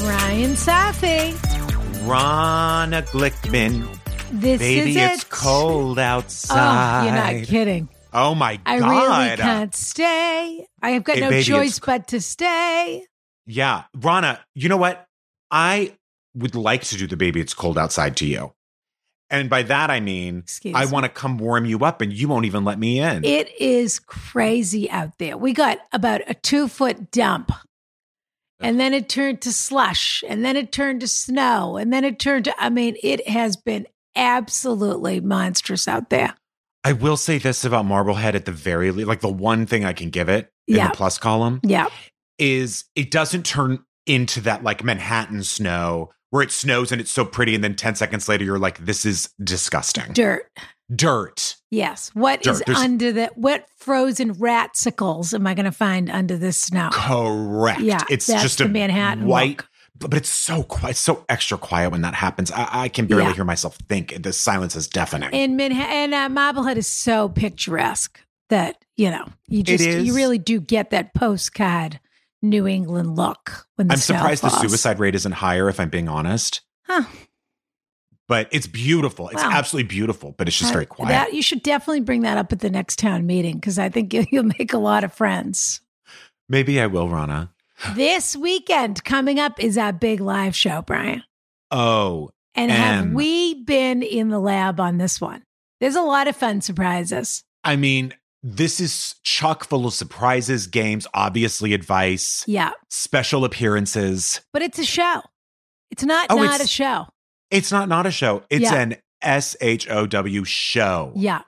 Ryan Safi. Ronna Glickman. This Baby, is it. it's cold outside. Oh, you're not kidding. Oh my I god. really can't stay. I have got Hey, no baby, choice it's- but to stay. Yeah. Rana, you know what? I would like to do the baby it's cold outside to you. And by that I mean Excuse I me. want to come warm you up and you won't even let me in. It is crazy out there. We got about a two foot dump. And then it turned to slush, and then it turned to snow, and then it turned to, I mean, it has been absolutely monstrous out there. I will say this about Marblehead at the very least, like the one thing I can give it in Yeah. the plus column Yeah. is it doesn't turn into that like Manhattan snow where it snows and it's so pretty and then 10 seconds later you're like this is disgusting. Dirt. Dirt. Yes. What is Dirt. There's- under the, what frozen ratsicles am I going to find under this snow? Correct. Yeah, it's that's just the a Manhattan white, look. but but it's so quiet, it's so extra quiet when that happens. I, I can barely Yeah. hear myself think. The silence is deafening. And Manhattan, and uh, Marblehead is so picturesque that you know you just you is. really do get that postcard New England look when the I'm snow surprised falls. the suicide rate isn't higher, if I'm being honest. Huh. But it's beautiful. It's Wow. absolutely beautiful, but it's just Uh, very quiet. That you should definitely bring that up at the next town meeting because I think you, you'll make a lot of friends. Maybe I will, Rana. this weekend coming up is our big live show, Brian. Oh, And have Em. we been in the lab on this one? There's a lot of fun surprises. I mean, this is chock full of surprises, games, obviously advice, Yeah, special appearances. but it's a show. It's not Oh, not it's- a show. It's not not a show. It's Yeah. an S H O W show. Yeah.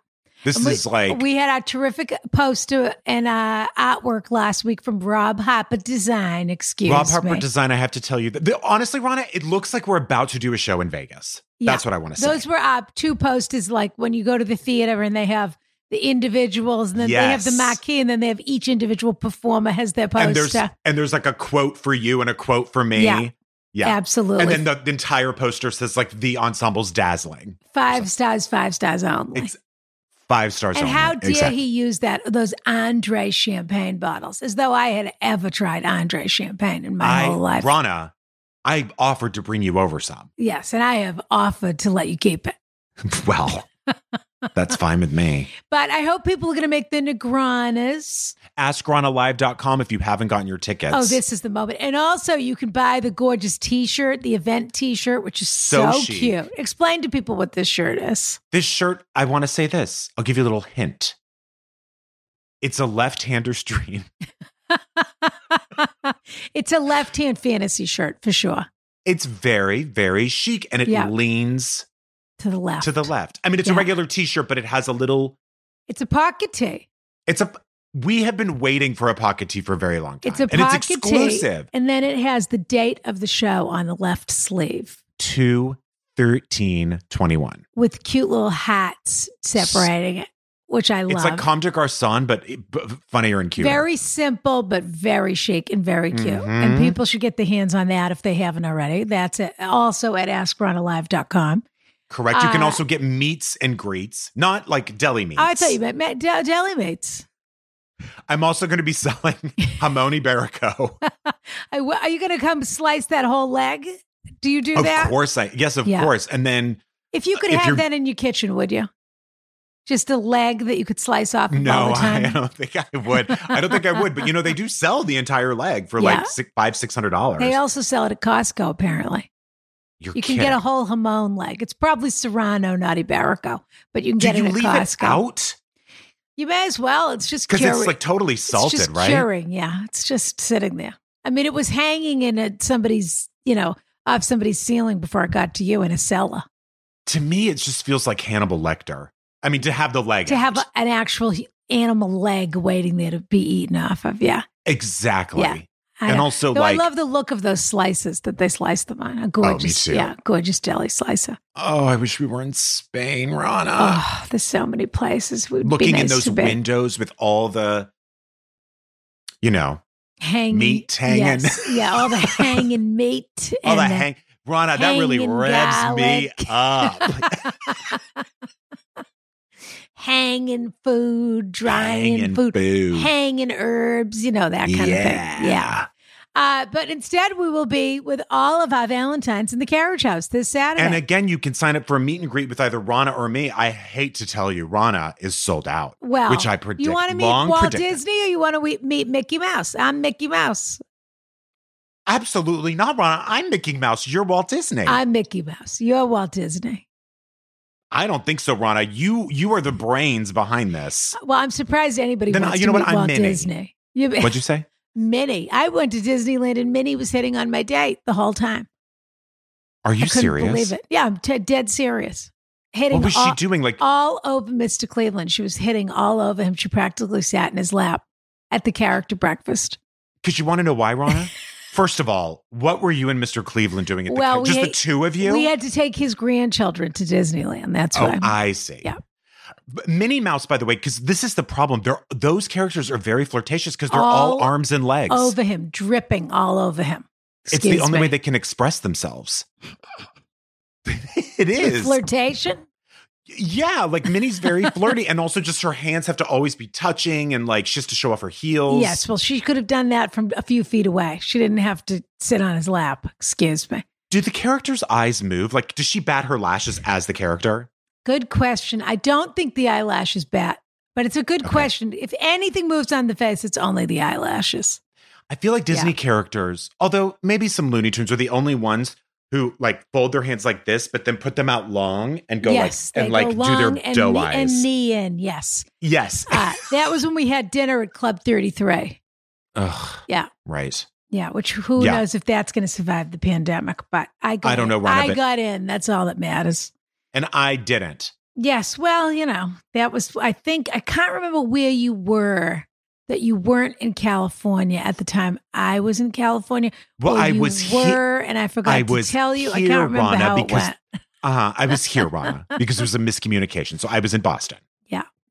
This And we- is like we had our terrific poster and uh, artwork last week from Rob Harper Design. Excuse Rob Harper me. Design, I have to tell you, that the, honestly, Rana, it looks like we're about to do a show in Vegas. Yeah. That's what I want to say. Those were our two posters, like when you go to the theater and they have the individuals, and then they have the Yes. marquee, and then they have each individual performer has their and there's poster. and there's like a quote for you and a quote for me. uh, Yeah. yeah. Absolutely, And then the, the entire poster says like the ensemble's dazzling. five stars, five stars only. It's five stars. and only. how dare Exactly. he use that those Andre champagne bottles? As though I had ever tried Andre champagne in my I, whole life. Rana, I offered to bring you over some. Yes, and I have offered to let you keep it. well, that's fine with me. But I hope people are going to make the Negranas. AskRanaLive.com if you haven't gotten your tickets. Oh, this is the moment. And also, you can buy the gorgeous t shirt, the event t shirt, which is so, So chic. cute. Explain to people what this shirt is. This shirt, I want to say this. I'll give you a little hint. It's a left-hander's dream. it's a left hand fantasy shirt for sure. It's very, very chic and it Yeah. leans To the left. to the left. I mean, it's Yeah. a regular t shirt, but it has a little, It's a pocket tee. it's a, we have been waiting for a pocket tee for a very long time. It's a and pocket it's exclusive. tee. And then it has the date of the show on the left sleeve to 1321. with cute little hats separating it, which I love. It's like Comme des Garçons, but it- b- funnier and cuter. Very simple, but very chic and very cute. Mhm. And people should get their hands on that if they haven't already. That's it. Also at askronalive.com. Correct. You can uh, also get meats and greets, not like deli meats. Oh, I thought you meant ma- de- deli mates. I'm also going to be selling Hamoni Barrico. I w- Are you going to come slice that whole leg? Do you do of that? course I, yes, of Yeah. course. And then If you could If have you're- that in your kitchen, would you? Just a leg that you could slice off of all No, the time. I don't think I would. I don't think I would. But you know, they do sell the entire leg for Yeah. like six, five, six hundred dollars. They also sell it at Costco, apparently. You're You can kidding. get a whole Hamon leg. It's probably Serrano, not Iberico, but you can Do get you it at leave Costco. it out? You may as well. It's just Because curi- it's like totally salted, it's just right? Curing, yeah. It's just sitting there. I mean, it was hanging in a, somebody's, you know, off somebody's ceiling before it got to you in a cellar. To me, it just feels like Hannibal Lecter. I mean, to have the leg. To have out. an actual animal leg waiting there to be eaten off of, yeah. exactly. Yeah. I and know. also Though like Oh, I love the look of those slices that they slice them on. A gorgeous, too. yeah, gorgeous deli slicer. oh, I wish we were in Spain, Rana. oh, there's so many places. Would Ah. Looking be nice in those to be. windows with all the you know, hanging meat hanging. yes. yeah, all the hanging meat, and all the the- hang Rana, that really hanging revs me garlic. up. hanging food, drying Hanging food, food. hanging herbs, you know, that kind of thing. Yeah. Uh, but instead, we will be with all of our Valentines in the carriage house this Saturday. And again, you can sign up for a meet and greet with either Rana or me. I hate to tell you, Rana is sold out. well, which I predict. Oh, you want to meet long Walt predicted. Disney or you want to meet Mickey Mouse? I'm Mickey Mouse. Absolutely not, Rana. I'm Mickey Mouse. You're Walt Disney. I, I'm Mickey Mouse. You're Walt Disney. don't think so, Rana. You you are the brains behind this. Well, I'm surprised anybody Then, wants uh, you know to what? meet I'm Walt Minnie. Disney. You, What'd you say? Minnie. I went to Disneyland and Minnie was hitting on my date the whole time. Are you I couldn't serious? believe it. Yeah, I'm t- dead serious. Hitting What was all, she doing? Like, all over Mr. Cleveland. She was hitting all over him. She practically sat in his lap at the character breakfast. because you want to know why, Rana? First of all, what were you and Mr. Cleveland doing at the Well, ca- we just the had- two of you? We had to take his grandchildren to Disneyland. That's oh, why. I see. Yeah. But Minnie Mouse, by the way, because this is the problem. They're, those characters are very flirtatious because they're all, All arms and legs. over him, dripping all over him. it's the Oh, Excuse only me. way they can express themselves. it With is. flirtation. Yeah, like Minnie's very flirty, and also just her hands have to always be touching, and like she has to show off her heels. Yes, well, she could have done that from a few feet away. She didn't have to sit on his lap. Excuse me. Do the character's eyes move? Like, does she bat her lashes as the character? Good question. I don't think the eyelash is bad, but it's a good Okay. question. If anything moves on the face, it's only the eyelashes. I feel like Disney characters, although maybe some Looney Tunes are the only ones who like fold their hands like this, but then put them out long and go yes, like they and like go do their long and doe knee, eyes. and knee in. Yes, yes. uh, that was when we had dinner at Club Thirty Three. Ugh. Yeah. Right. Yeah, which who Yeah. knows if that's going to survive the pandemic? But I got I don't in. know, Rhonda, I but- got in. That's all that matters. And I didn't. Yes. Well, you know that was. I think I can't remember where you were. That you weren't in California at the time. I was in California. Well, or I Oh, you was he- were, and I forgot I to was tell you. I here, can't remember Rhonda, how it because- went. Uh-huh. I was here, Rana, because there was a miscommunication. So I was in Boston.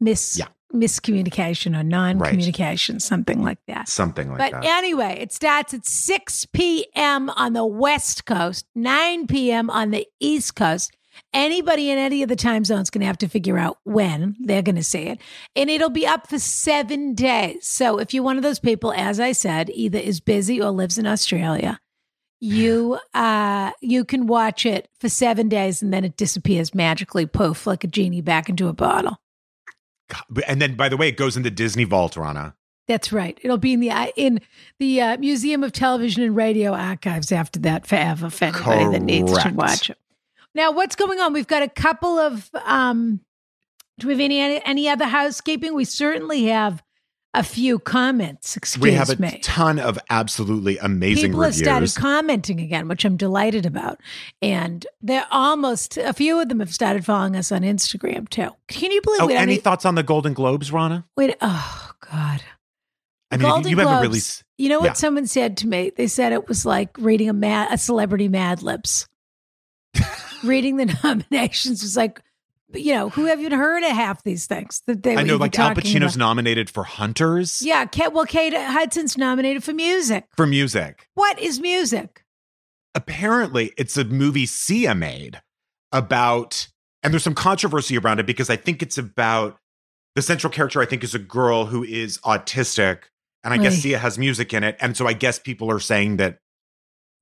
Mis Yeah. miscommunication or non-communication, something like that. Something like but that. anyway, it starts at 6 p.m. on the West Coast, 9 p.m. on the East Coast. Anybody in any of the time zones going to have to figure out when they're going to see it. And it'll be up for seven days. So if you're one of those people, as I said, either is busy or lives in Australia, you uh you can watch it for seven days and then it disappears magically, poof, like a genie back into a bottle. God, And then by the way, it goes into Disney Vault, Rana. That's right. It'll be in the uh, in the uh, Museum of Television and Radio archives after that forever for anybody that needs to Correct. watch it. Now, what's going on? We've got a couple of. Um, do we have any any other housekeeping? We certainly have a few comments. Excuse we have a me. ton of absolutely amazing People reviews. have started commenting again, which I'm delighted about, and they're almost a few of them have started following us on Instagram too. Can you believe oh, we don't any e- thoughts on the Golden Globes, Rana? we- oh God. I mean, if Golden you haven't really. Globes. s- You know what Yeah. someone said to me? They said it was like reading a mad, a celebrity Mad Libs. reading the nominations was like, you know, who have you heard of half these things that they? were I know, even like Al talking Pacino's about? nominated for Hunters yeah, Kate, well, Kate Hudson's nominated for music. for music. What is music? Apparently, it's a movie Sia made about, and there's some controversy around it because I think it's about the central character. I think is a girl who is autistic, and I guess Oy. Sia has music in it, and so I guess people are saying that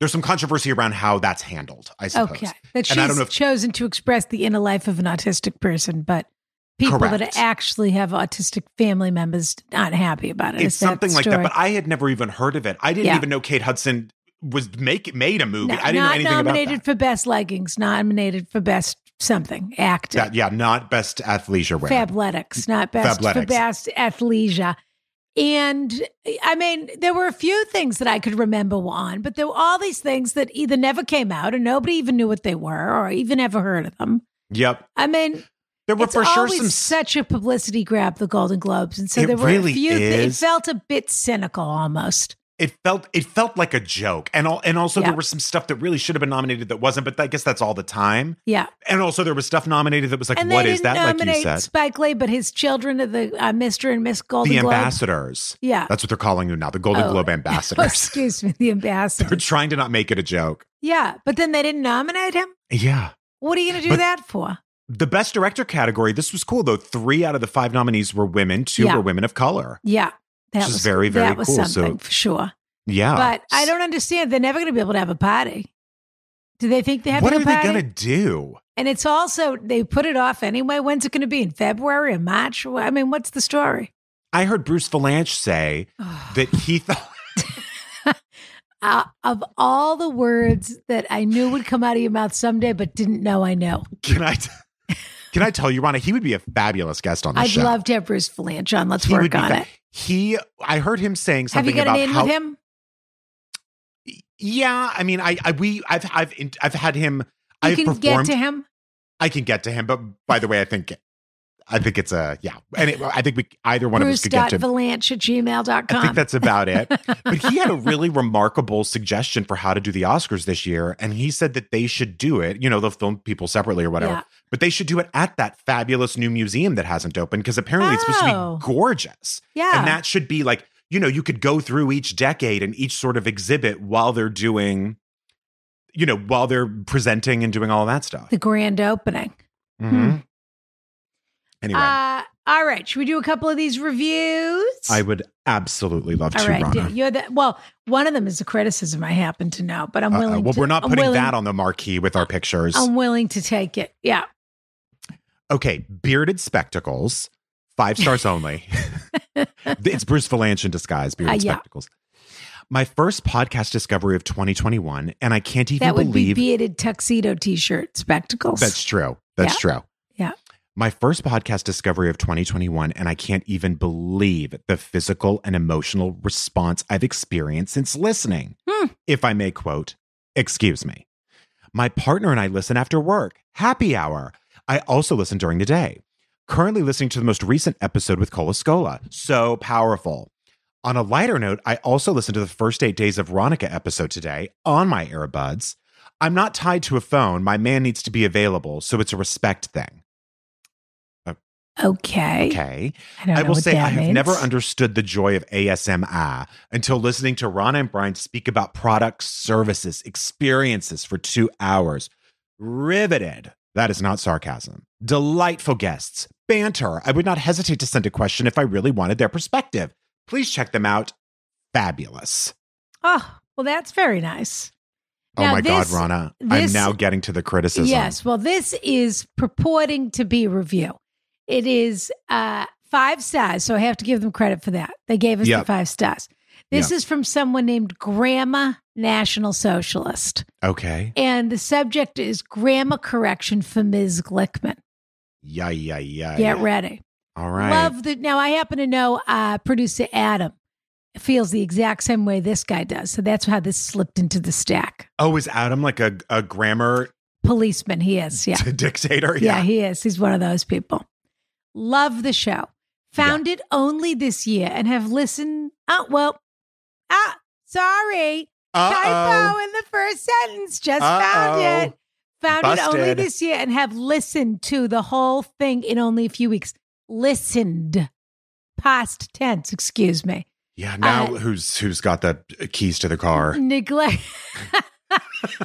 there's some controversy around how that's handled. I suppose. Okay, that she's And I don't know if- chosen to express the inner life of an autistic person, but people that Correct. actually have autistic family members not happy about it. it's Is that something the like that. story? But I had never even heard of it. I didn't Yeah. even know Kate Hudson was make made a movie. No, I didn't know not anything nominated about for best leggings, nominated for best something, acting, that. that. Yeah, not best athleisure wear. fabletics, not best for Fabletics. best athleisure. And I mean, there were a few things that I could remember on, but there were all these things that either never came out or nobody even knew what they were or even ever heard of them. Yep, I mean, there were it's for sure always some. such a publicity grab, the Golden Globes, and so It there were really a few. thi- is. It felt a bit cynical, almost. It felt it felt like a joke, and all, and also Yeah. there was some stuff that really should have been nominated that wasn't. But I guess that's all the time. Yeah, And also there was stuff nominated that was like, and what they is didn't that? Like you nominate said, Spike Lee, but his children are the uh, Mr. and Miss Golden the Globes. ambassadors. Yeah. That's what they're calling them now, the Golden Oh. Globe Oh, ambassadors. excuse me, the they're ambassador. trying to not make it a joke. Yeah, but then they didn't nominate him. Yeah. What are you going to do But- that for? The best director category, this was cool though. Three out of the five nominees were women, two Yeah. were women of color. Yeah, that Which is was very, very that was cool. So- Ah, something for sure. Yeah. But I don't understand. They're never going to be able to have a party. Do they think they have What a are they party? going to do? and it's also they put it off anyway. When's it going to be in February or March? Wh- I mean, what's the story? I heard Bruce Valanche say that he thought Uh, of all the words that I knew would come out of your mouth someday, but didn't know I know, Can I t- Can I tell you, Ronna, he would be a fabulous guest on the I'd show. love to have Bruce Valanche on. Let's he would work be on fa- it. He I heard him saying Have you something got an about in how with him? Yeah, I mean I, I we I've I've in- I've had him You I've can performed get to him. I can get to him, but by the way, I think I think it's a yeah. And it, I think we either one of us could get to him. Bruce.valanche at gmail.com. I think that's about it. but he had a really remarkable suggestion for how to do the Oscars this year. And he said that they should do it. You know, they'll film people separately or whatever, Yeah. but they should do it at that fabulous new museum that hasn't opened because apparently it's supposed Oh. to be gorgeous. yeah. And that should be like, you know, you could go through each decade and each sort of exhibit while they're doing, you know, while they're presenting and doing all that stuff. the grand opening. Mhm. Anyway, Hmm. Uh, all right. Should we do a couple of these reviews? I would absolutely love all to, right. Rana. You're the, well, one of them is a criticism I happen to know, but I'm Uh-oh. willing well, to, we're not I'm putting willing- that on the marquee with our pictures. I'm willing to take it. Yeah. Okay, bearded spectacles, five stars only. it's Bruce Valanche in disguise, bearded Uh, yeah. spectacles. My first podcast discovery of 2021, and I can't even That would believe be beaded tuxedo t shirt spectacles. that's true. That's true. Yeah. My first podcast discovery of 2021, and I can't even believe the physical and emotional response I've experienced since listening. Hmm. If I may quote, excuse me. My partner and I listen after work, happy hour. I also listen during the day. Currently listening to the most recent episode with Colascola. So powerful. On a lighter note, I also listened to the first eight days of Ronica episode today on my earbuds. I'm not tied to a phone. My man needs to be available, so it's a respect thing. okay. Okay. I don't I know will what say that I have means. never understood the joy of ASMR until listening to Ron and Brian speak about products, services, experiences for two hours. Riveted. That is not sarcasm. Delightful guests. Banter. I would not hesitate to send a question if I really wanted their perspective. Please check them out. Fabulous. Oh, well, that's very nice. Oh Now my this- God, Rana. this- I'm now getting to the criticism. Yes. Well, this is purporting to be review. It is uh, five stars, so I have to give them credit for that. They gave us the Yep. five stars. This is from someone named Grandma National Socialist, Okay. and the subject is grammar correction for Ms. Glickman. Yeah, yeah, yeah. Get yeah. ready. All right. Love the. Now, I happen to know uh, producer Adam feels the exact same way this guy does, so that's how this slipped into the stack. Oh, is Adam like a, a grammar Policeman, he is. Yeah. dictator? Yeah. he is. He's one of those people. Love the show. Found it only this year and have listened. Oh, well, ah, sorry. Uh-oh. Typo in the first sentence. Just Uh-oh. found it. Found it only Busted. this year and have listened to the whole thing in only a few weeks. Listened. Past tense, excuse me. Yeah, now Uh, Mm-hmm. who's who's got the keys to the car? Neglect-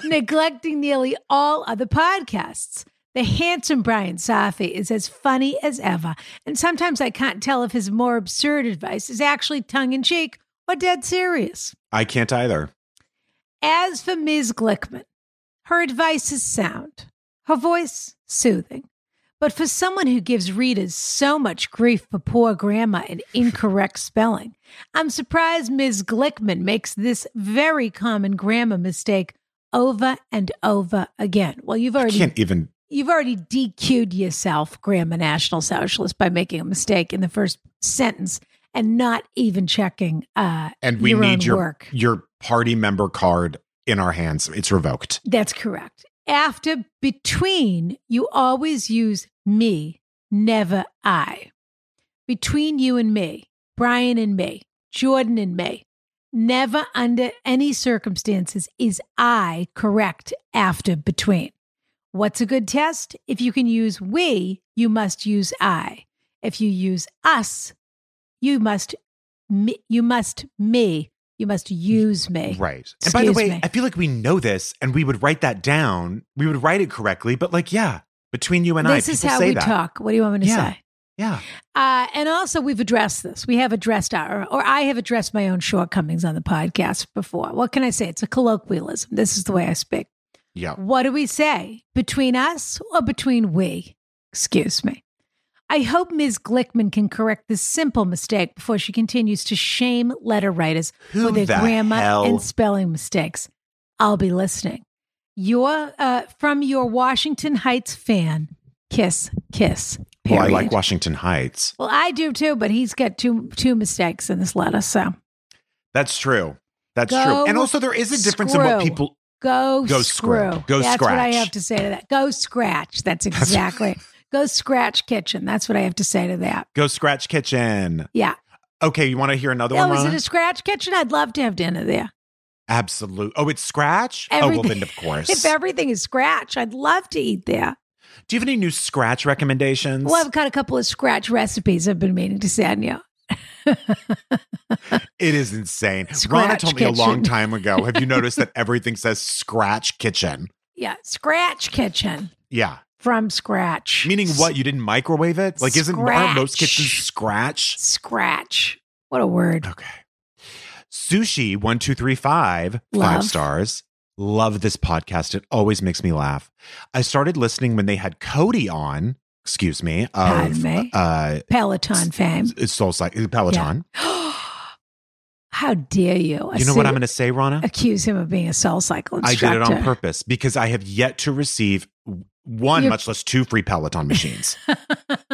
neglecting nearly all other podcasts. The handsome Brian Safi is as funny as ever, and sometimes I can't tell if his more absurd advice is actually tongue in cheek or dead serious. I can't either. As for Ms. Glickman, her advice is sound, her voice soothing. But for someone who gives readers so much grief for poor grammar and incorrect spelling, I'm surprised Ms. Glickman makes this very common grammar mistake over and over again. Well, you've I already can't even you've already DQ'd yourself, Grandma National Socialist, by making a mistake in the first sentence and not even checking uh, and we your own need your work. your party member card in our hands. It's revoked. That's correct. After between, you always use me, never I. Between you and me, Brian and me, Jordan and me, never under any circumstances is I correct after between. What's a good test? If you can use we, you must use I. If you use us, you must me, you must me, you must use me. Right. And by the Excuse way, me. I feel like we know this and we would write that down. We would write it correctly, but like yeah, between you and this I is people how say we that. talk. What do you want me to Yeah. say? Yeah. Uh, and also, we've addressed this. We have addressed our, or I have addressed my own shortcomings on the podcast before. What can I say? It's a colloquialism. This is the way I speak. Yeah. What do we say? Between us or between we? Excuse me. I hope Ms. Glickman can correct this simple mistake before she continues to shame letter writers Who for their the grammar hell? and spelling mistakes. I'll be listening. Your uh, from your Washington Heights fan. Kiss, kiss. well, I period. like Washington Heights. Well, I do too, but he's got two two mistakes in this letter. So That's true. That's Go true. And also, there is a difference in what screw. people. go, Go screw. screw. Go That's what I scratch. have to say to that. Go scratch. That's exactly. go scratch kitchen. That's what I have to say to that. Go Scratch Kitchen. Yeah. Okay, you want to hear another Oh, one? is it Rona? a scratch kitchen? I'd love to have dinner there. Absolute. Oh, it's Scratch? Oh, well, Everything- then, of course. If everything is scratch, I'd love to eat there. Do you have any new Scratch recommendations? Well, I've got a couple of scratch recipes I've been meaning to send you. It is insane. Rana Scratch told me a long kitchen. time ago. Have you noticed that everything says Scratch Kitchen? Yeah, scratch kitchen Yeah. from scratch. Meaning what? You didn't microwave it? Like, isn't aren't most Scratch. kitchens Scratch? Scratch. What a word. Okay. Sushi one two three five five Love. stars. Love this podcast. It always makes me laugh. I started listening when they had Cody on. Excuse me. Of Pardon me? uh, Peloton fame. Soul Cycle Peloton. How dare you? You know what I'm assu- going to say, Rana? accuse him of being a soul cycle I instructor. did it on purpose because I have yet to receive w- one, You're- much less two free Peloton machines.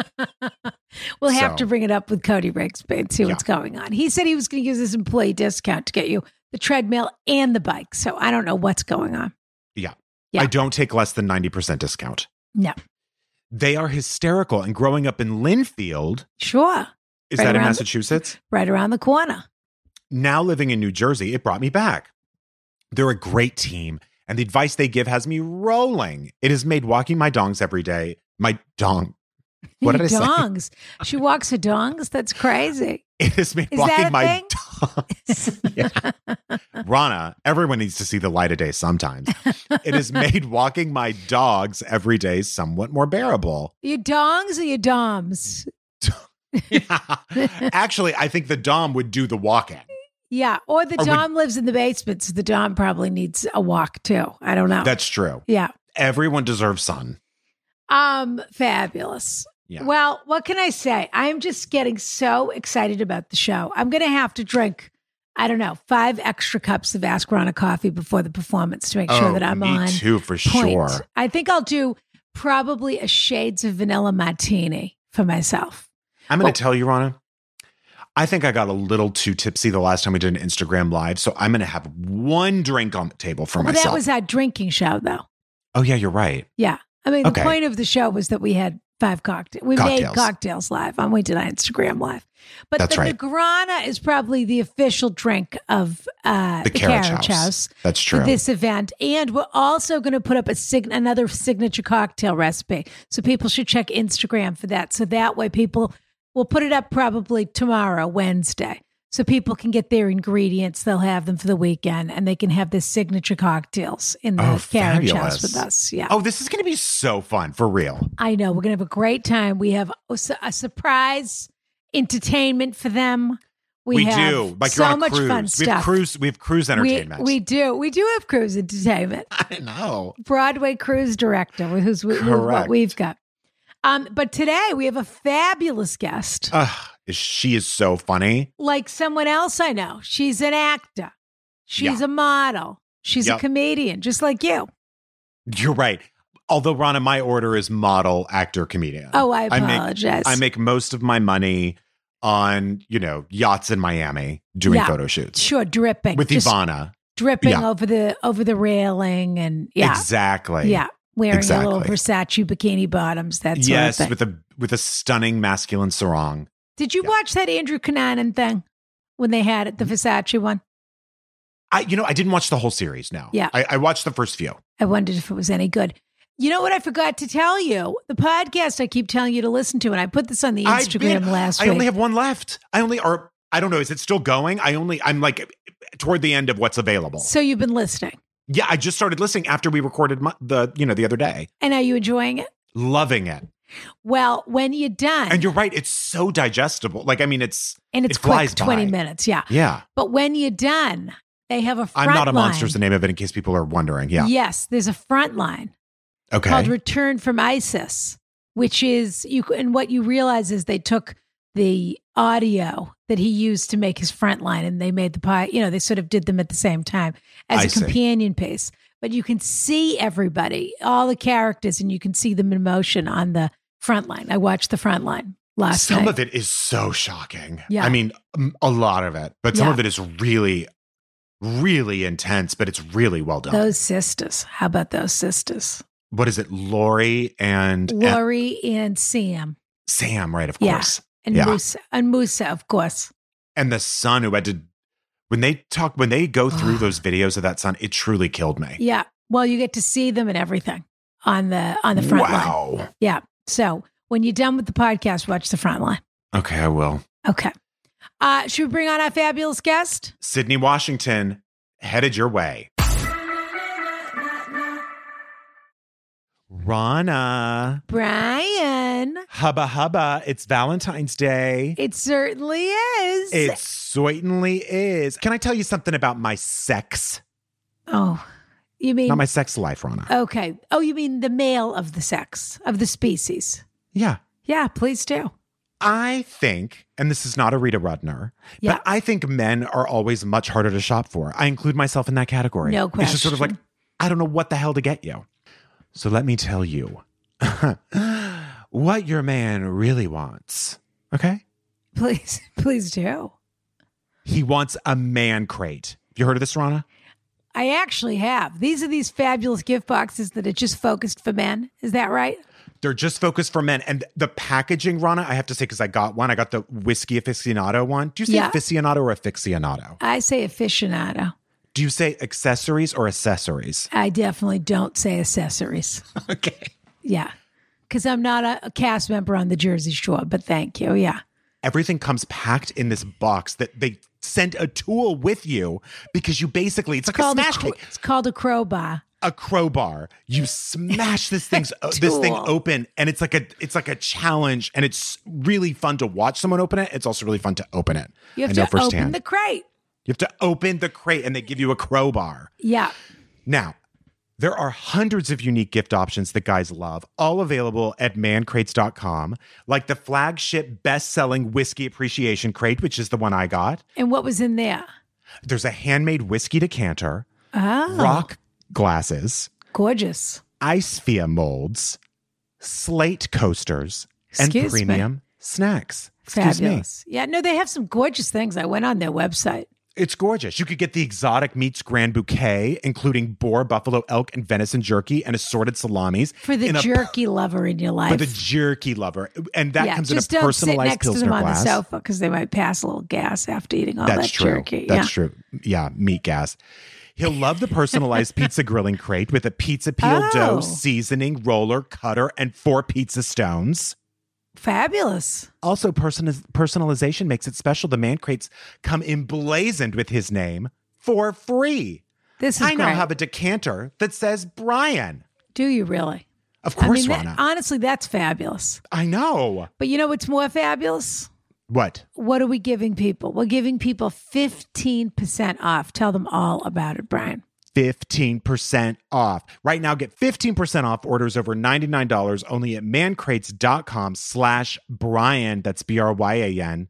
we'll have So- to bring it up with Cody Rigsby and see what's going on. He said he was going to use his employee discount to get you the treadmill and the bike. So I don't know what's going on. Yeah. I don't take less than 90% discount. No. They are hysterical. And growing up in Linfield, Sure. is Right that in around the- Massachusetts? Right around the corner. now living in New Jersey, it brought me back. They're a great team, and the advice they give has me rolling. It has made walking my dongs every day, my dong. What did I say? dongs. She walks her dongs. That's crazy. It has made Is that walking a my thing? dongs. Yeah. Rana, everyone needs to see the light of day sometimes. It has made walking my dogs every day somewhat more bearable. Your dongs or your doms? Actually, I think the dom would do the walking. Yeah. Or the Or would- dom lives in the basement. So the dom probably needs a walk too. I don't know. That's true. yeah. Everyone deserves sun. Um, fabulous. Yeah. Well, what can I say? I'm just getting so excited about the show. I'm going to have to drink, I don't know, five extra cups of Ascarana coffee before the performance to make sure that I'm Oh, me on too, for point. sure. I think I'll do probably a shades of vanilla martini for myself. I'm going Well- to tell you, Rana. I think I got a little too tipsy the last time we did an Instagram live, so I'm going to have one drink on the table for Well, Oh, that myself. was our drinking show, though. oh yeah, you're right. I mean, Okay. the point of the show was that we had five cocktails. We made Cocktails. cocktails live on we did on Instagram live. But That's the right. Negrana is probably the official drink of uh, The Carriage House. That's true. for this event. And we're also going to put up a sig- another signature cocktail recipe. So people should check Instagram for that. So that way people will put it up probably tomorrow, Wednesday. So people can get their ingredients. They'll have them for the weekend and they can have their signature cocktails in the Oh, carriage fabulous. house with us. Yeah. oh, this is going to be so fun for real. I know. We're going to have a great time. We have a su- a surprise entertainment for them. We, We, have do. Like so you're on a much cruise. fun We have stuff. cruise. We have cruise we, entertainment. we do. We do have cruise entertainment. I know. Broadway cruise director, who's, who's Correct. what we've got. Um, but today we have a fabulous guest, Ugh, she is so funny. like someone else I know. She's an actor, she's a model, she's Yep. a comedian, just like you. You're right. Although Rana, my order is model, actor, comedian. Oh, I I make- apologize. I make most of my money on you know yachts in Miami doing Yeah. photo shoots sure dripping with just Ivana. dripping yeah. over the over the railing, and yeah, Exactly. yeah, wearing a little Exactly. Versace bikini bottoms. That sort yes, of thing. with a with a stunning masculine sarong. Did you yeah. Mm-hmm. watch that Andrew Cunanan thing when they had it, the Versace one? I you know, I didn't watch the whole series now. Yeah. I, I watched the first few. I wondered if it was any good. You know what I forgot to tell you? The podcast I keep telling you to listen to, and I put this on the I Instagram did- last I week. only have one left. I only or I don't know, is it still going? I only I'm like toward the end of what's available. so you've been listening, yeah, I just started listening after we recorded my, the you know the other day. and are you enjoying it? Loving it. Well, when you're done, And you're right, it's so digestible. Like, I mean, it's and it's it quick, flies by. 20 minutes, yeah. yeah. But when you're done, they have a front I'm not a monster is line. the name of it in case people are wondering. Yeah. Yes, there's a front line called Okay. Return from ISIS, which is you and what you realize is they took the audio that he used to make his front line and they made the pie, you know, they sort of did them at the same time as I a see. companion piece. But you can see everybody, all the characters, and you can see them in motion on the front line. I watched the front line last Some night. of it is so shocking. Yeah. I mean, m- a lot of it, but some Yeah. of it is really, really intense, but it's really well done. those sisters. How about those sisters? what is it? Lori and, and Lori and Sam Sam, right? Of Yeah. course. and Yeah. Musa and Musa, of course. and the son who had to when they talk when they go through Ugh. those videos of that son it truly killed me Yeah. Well, you get to see them and everything on the on the front line. wow Yeah. So when you're done with the podcast, watch the front line. okay i will Okay. Uh, should we bring on our fabulous guest? sydney washington headed your way rana Brian. hubba hubba it's valentine's day It certainly is. it certainly is can i tell you something about my sex oh, you mean not my sex life rana okay? Oh, you mean the male of the sex of the species? yeah Yeah, please do. I think, and this is not a Rita Rudner, Yeah. but I think men are always much harder to shop for. I include myself in that category. No It's just sort of like, question. I don't know what the hell to get you. So let me tell you what your man really wants. Okay? Please, please do. He wants a man crate. Have you heard of this, Rana? I actually have. These are these fabulous gift boxes that are just focused for men. Is that right? They're just focused for men. And the packaging, Rana, I have to say, because I got one. I got the whiskey aficionado one. Do you say Yeah. aficionado or aficionado? I say aficionado. Do you say accessories or accessories? I definitely don't say accessories. okay. Yeah. Because I'm not a, a cast member on the Jersey Shore, but thank you. Yeah. everything comes packed in this box that they sent a tool with you because you basically it's, like a Called a smash cro- thing, it's called a crowbar. a crowbar. You smash this thing's uh, this thing Tool. open, and it's like a it's like a challenge, and it's really fun to watch someone open it. It's also really fun to open it. You have I to know open firsthand. the crate. you have to open the crate, and they give you a crowbar. Yeah. Now. There are hundreds of unique gift options that guys love, all available at mancrates.com, like the flagship best selling whiskey appreciation crate, which is the one I got. And what was in there? There's a handmade whiskey decanter, Oh, rock glasses, gorgeous. ice sphere molds, slate coasters, and Excuse me. premium snacks. Excuse Fabulous. Yeah. No, they have some gorgeous things. I went on their website. me. It's gorgeous. You could get the exotic meats grand bouquet, including boar, buffalo, elk, and venison jerky and assorted salamis. For the in a- jerky lover in your life. for the jerky lover. And that yeah, comes in a just don't sit personalized next to Pilsner them on glass. the sofa because they might pass a little gas after eating all That's that true. jerky. That's yeah. true. Yeah, meat gas. He'll love the personalized pizza grilling crate with a pizza peel Oh. dough, seasoning, roller, cutter, and four pizza stones. Fabulous. Also, person- personalization makes it special. The man crates come emblazoned with his name for free. This is I now great. have a decanter that says Brian. Do you really? Of I course, mean, that, Rana. honestly, that's fabulous. I know. But you know what's more fabulous? What? What are we giving people? We're giving people 15% off. Tell them all about it, Brian. 15% off. Right now, get 15% off orders over $99 only at mancrates.com slash Brian. That's B-R-Y-A-N.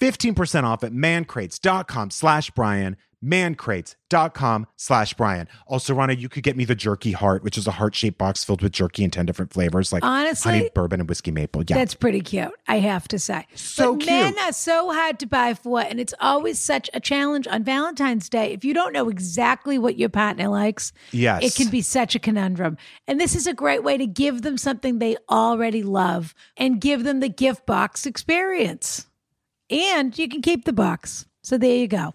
15% off at mancrates.com slash Brian. Mancrates.com slash Brian. Also, Rana, you could get me the jerky heart, which is a heart-shaped box filled with jerky in 10 different flavors, like Honestly, honey, bourbon, and whiskey maple. Yeah. That's pretty cute, I have to say. So but cute. men are so hard to buy for, and it's always such a challenge on Valentine's Day. If you don't know exactly what your partner likes, yes. It can be such a conundrum. And this is a great way to give them something they already love and give them the gift box experience. And you can keep the box. So there you go.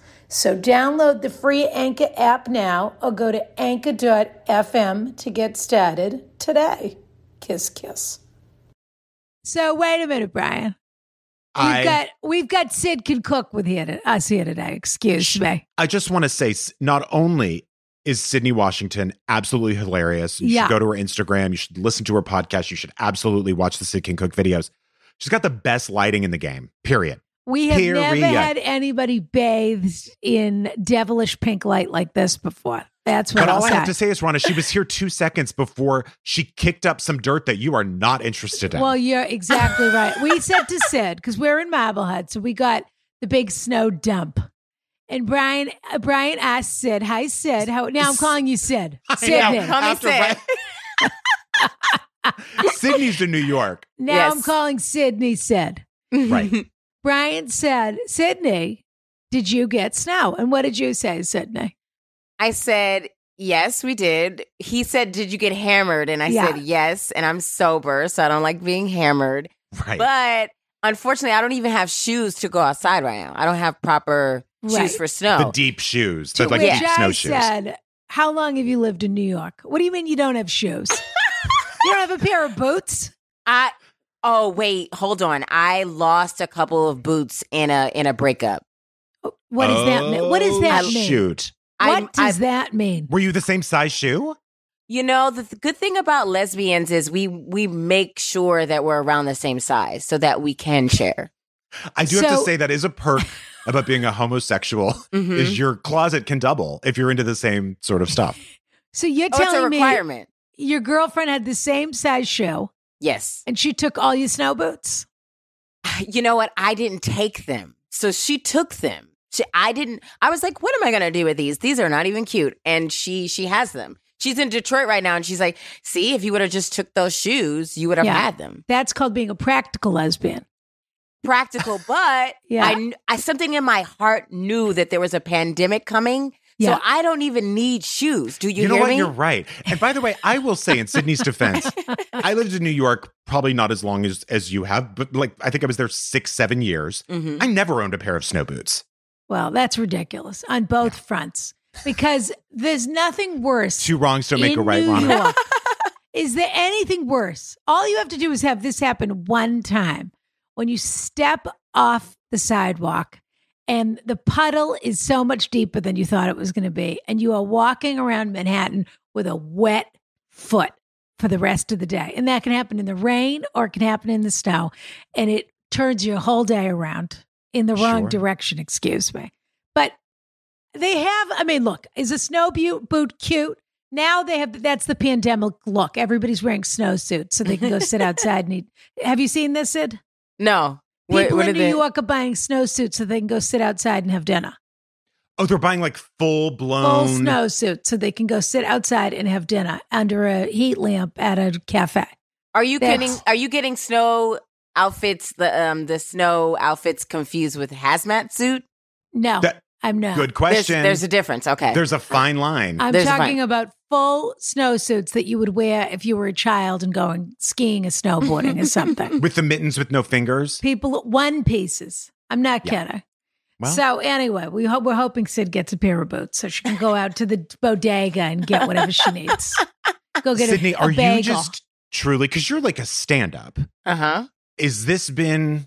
So download the free Anchor app now or go to anchor.fm to get started today. Kiss kiss. So wait a minute, Brian. We've I- got we've got Sid can cook with here to, us here today. Excuse me. I just want to say, s- not only is Sydney Washington absolutely hilarious, you Yeah. should go to her Instagram, you should listen to her podcast, you should absolutely watch the Sid King Cook videos. She's got the best lighting in the game, period. We have never Period. had anybody bathed in devilish pink light like this before. That's what But all I'll I have say. to say is, Rana, she was here two seconds before she kicked up some dirt that you are not interested in. Well, you're exactly right. We said to Sid because we're in Marblehead, so we got the big snow dump. And Brian, uh, Brian asked Sid, "Hi, Sid. How now? I'm calling you Sid. I Sid. know. Now, Call me After Sid. Ra- Sydney's in New York. I'm Yes. calling Sydney. Sid. Right. Brian said, Sydney, did you get snow? And what did you say, Sydney? I said, yes, we did. He said, did you get hammered? And I Yeah. said, yes. And I'm sober, so I don't like being hammered. Right. But unfortunately, I don't even have shoes to go outside right now. I don't have proper Right. shoes for the snow. deep shoes, To the like which deep I snowshoes. said, How long have you lived in New York? What do you mean you don't have shoes? you don't have a pair of boots? I oh wait, hold on. I lost a couple of boots in a in a breakup. What does that mean? What does Oh, that mean? Shoot. What I'm- does I'm- that mean? Were you the same size shoe? You know, the th- good thing about lesbians is we we make sure that we're around the same size so that we can share. I do have to So- say that is a perk about being a homosexual Mhm. Hmm? is your closet can double if you're into the same sort of stuff. So you're Oh, it's a telling me requirement. your girlfriend had the same size shoe Yes. and she took all your snow boots? You know what? I didn't take them. So she took them. She, I didn't I was like, what am I gonna do with these? These are not even cute. And she she has them. She's in Detroit right now and she's like, see, if you would have just took those shoes, you would have Yeah. had them. That's called being a practical lesbian. Practical, but Yeah. I, kn- I something in my heart knew that there was a pandemic coming. Yeah. So I don't even need shoes. Do you, know hear what? me? You're right. And by the way, I will say in Sydney's defense, I lived in New York probably not as long as as you have, but like I think I was there six, seven years. Mhm. Hmm? I never owned a pair of snow boots. Well, that's ridiculous on both fronts because there's nothing worse. Two wrongs don't make in a right, New Ron. York. Is there anything worse? All you have to do is have this happen one time when you step off the sidewalk and the puddle is so much deeper than you thought it was going to be, and you are walking around Manhattan with a wet foot for the rest of the day. And that can happen in the rain or it can happen in the snow, and it turns your whole day around in the wrong Sure. direction, excuse me. But they have, I mean, look, is a snow bu- boot cute? Now they have that's the pandemic look. Everybody's wearing snowsuits so they can go sit outside and eat. Have you seen this, Sid? No. What- People in what are New they- York are buying snowsuits so they can go sit outside and have dinner. Oh, they're buying like full Oh, Full blown snowsuits so they can go sit outside and have dinner under a heat lamp at a cafe. Are you That's- getting are you getting snow outfits the um the snow outfits confused with hazmat suit? No, That- I'm not. Good There's, question. there's a difference. Okay. There's a fine line. I'm There's a talking fine- about full snowsuits that you would wear if you were a child and going skiing or snowboarding or something. with the mittens with no fingers. People one pieces. I'm not Yeah. kidding. Well, So anyway, we hope we're hoping Sid gets a pair of boots so she can go out to the bodega and get whatever she needs. Go get a- Sydney, a, are bagel. you just truly because you're like a stand up? uh-huh. is this been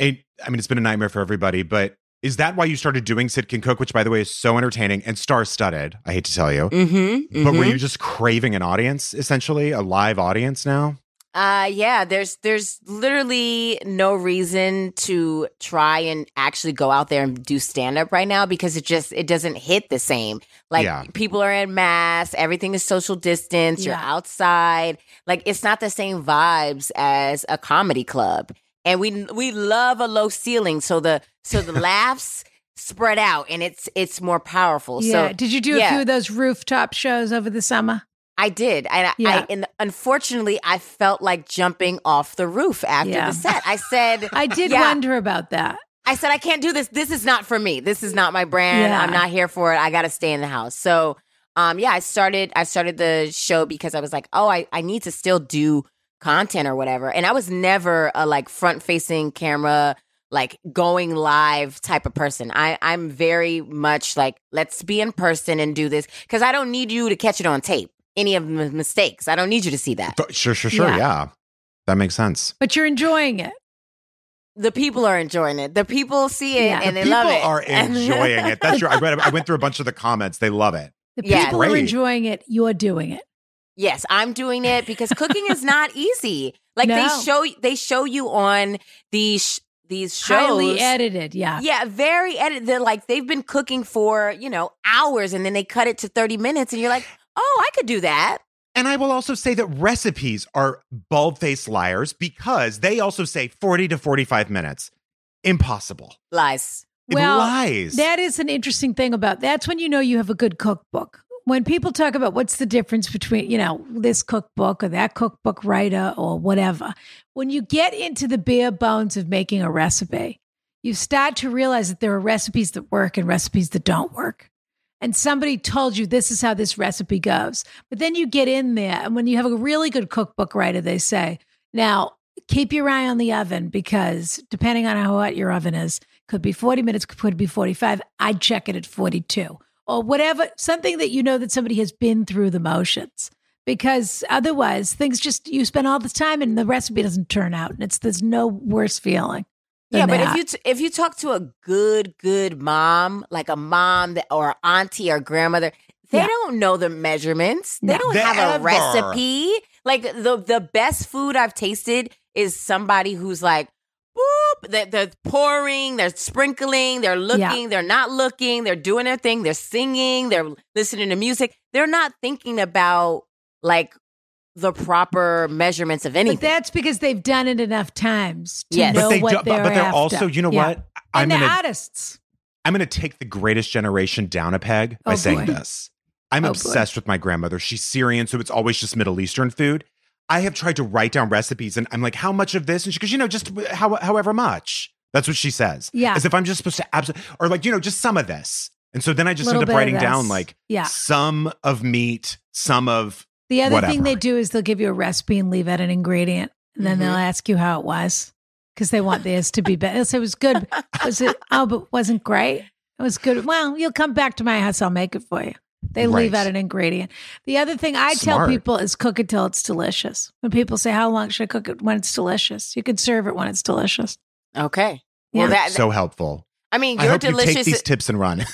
a I mean it's been a nightmare for everybody, but is that why you started doing Sitkin Cook, which by the way is so entertaining and star studded, I hate to tell you. Mm-hmm. But were you just craving an audience, essentially? A live audience now? uh yeah, there's there's literally no reason to try and actually go out there and do stand up right now because it just it doesn't hit the same. Like Yeah. people are in mass, everything is social distance, you're Yeah. outside. Like it's not the same vibes as a comedy club. And we we love a low ceiling so the so the laughs spread out and it's it's more powerful. Yeah. So Did you do a yeah. few of those rooftop shows over the summer? I did. And I, Yeah. I and unfortunately I felt like jumping off the roof after Yeah. the set. I said I did Yeah. wonder about that. I said I can't do this. This is not for me. This is not my brand. Yeah. I'm not here for it. I got to stay in the house. So um yeah, I started I started the show because I was like, "Oh, I I need to still do content or whatever." And I was never a like front-facing camera like going live type of person. I I'm very much like let's be in person and do this cuz I don't need you to catch it on tape. Any of the mistakes. I don't need you to see that. Th- Sure, sure, sure. Yeah. Yeah. That makes sense. But you're enjoying it. The people are enjoying it. The people see it Yeah. and they People love it. are enjoying it. That's true. I read I went through a bunch of the comments. They love it. The Yeah. people are Great. enjoying it. You're doing it. Yes, I'm doing it because cooking is not easy. Like No. they show they show you on these sh- these shows. Highly edited. Yeah. yeah, very edited. They're like they've been cooking for, you know, hours and then they cut it to 30 minutes and you're like, "Oh, I could do that." And I will also say that recipes are bald faced liars because they also say 40 to 45 minutes. Impossible. Lies. It Well, lies. That is an interesting thing about that's when you know you have a good cookbook. When people talk about what's the difference between, you know, this cookbook or that cookbook writer or whatever, when you get into the bare bones of making a recipe, you start to realize that there are recipes that work and recipes that don't work. And somebody told you this is how this recipe goes. But then you get in there, and when you have a really good cookbook writer, they say, now keep your eye on the oven because depending on how hot your oven is, could be 40 minutes, could be 45. I'd check it at 42 or whatever, something that you know that somebody has been through the motions. Because otherwise, things just, you spend all the time and the recipe doesn't turn out. And it's, there's no worse feeling. than Yeah, but that. if you t- if you talk to a good good mom, like a mom that, or auntie or grandmother, they Yeah. don't know the measurements. They No. don't They have ever. a recipe. Like the the best food I've tasted is somebody who's like boop they're, they're pouring, they're sprinkling, they're looking, they're not looking, they're doing their thing, they're singing, they're listening to music. They're not thinking about like the proper measurements of anything. But that's because they've done it enough times to Yes. know but they what don't, they're but they're after. also, you know Yeah. what? And I'm the gonna artists. I'm gonna take the greatest generation down a peg by Oh, boy. saying this. I'm Oh, boy. obsessed with my grandmother. She's Syrian, so it's always just Middle Eastern food. I have tried to write down recipes and I'm like, how much of this? And she goes, you know, just uh, how, however much. That's what she says. Yeah. As if I'm just supposed to absolutely, or like, you know, just some of this. And so then I just Little end bit up of writing down this. like yeah. some of meat, some of, The other thing whatever. they do is they'll give you a recipe and leave out an ingredient, and then Mm-hmm. they'll ask you how it was because they want theirs to be better. They'll say it was good. Was it? Oh, but wasn't great. It was good. Well, you'll come back to my house. I'll make it for you. They leave Right. out an ingredient. The other thing I tell Smart. people is cook it till it's delicious. When people say, "How long should I cook it?" When it's delicious, you can serve it when it's delicious. okay. Yeah. Well, that, so helpful. I mean, I you're hope delicious. you take these tips and run.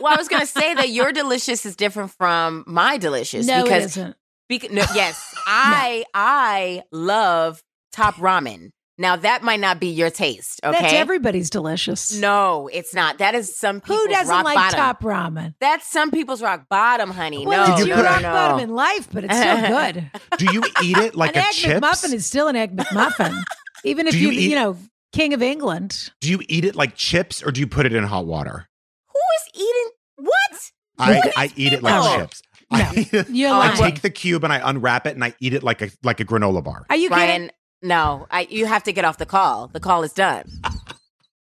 Well, I was gonna say that your delicious is different from my delicious no, it because, isn't. bec- no, yes, I I love top ramen. Now that might not be your taste, okay? That's everybody's delicious. no, it's not. That is some people's Who doesn't rock like bottom. top ramen? That's some people's rock bottom, honey. Well, no, it's Did you your no, put rock no, no. bottom in life, but it's still good. Do you eat it like an a egg chip? McMuffin is still an egg McMuffin, even if Do you you you, eat- know King of England. Do you eat it like chips or do you put it in hot water? Who is eating what? I, I eat it like people? chips. No, I, You're Oh, I lying. take the cube and I unwrap it and I eat it like a like a granola bar. Are you kidding? Ryan, no, I, you have to get off the call. The call is done.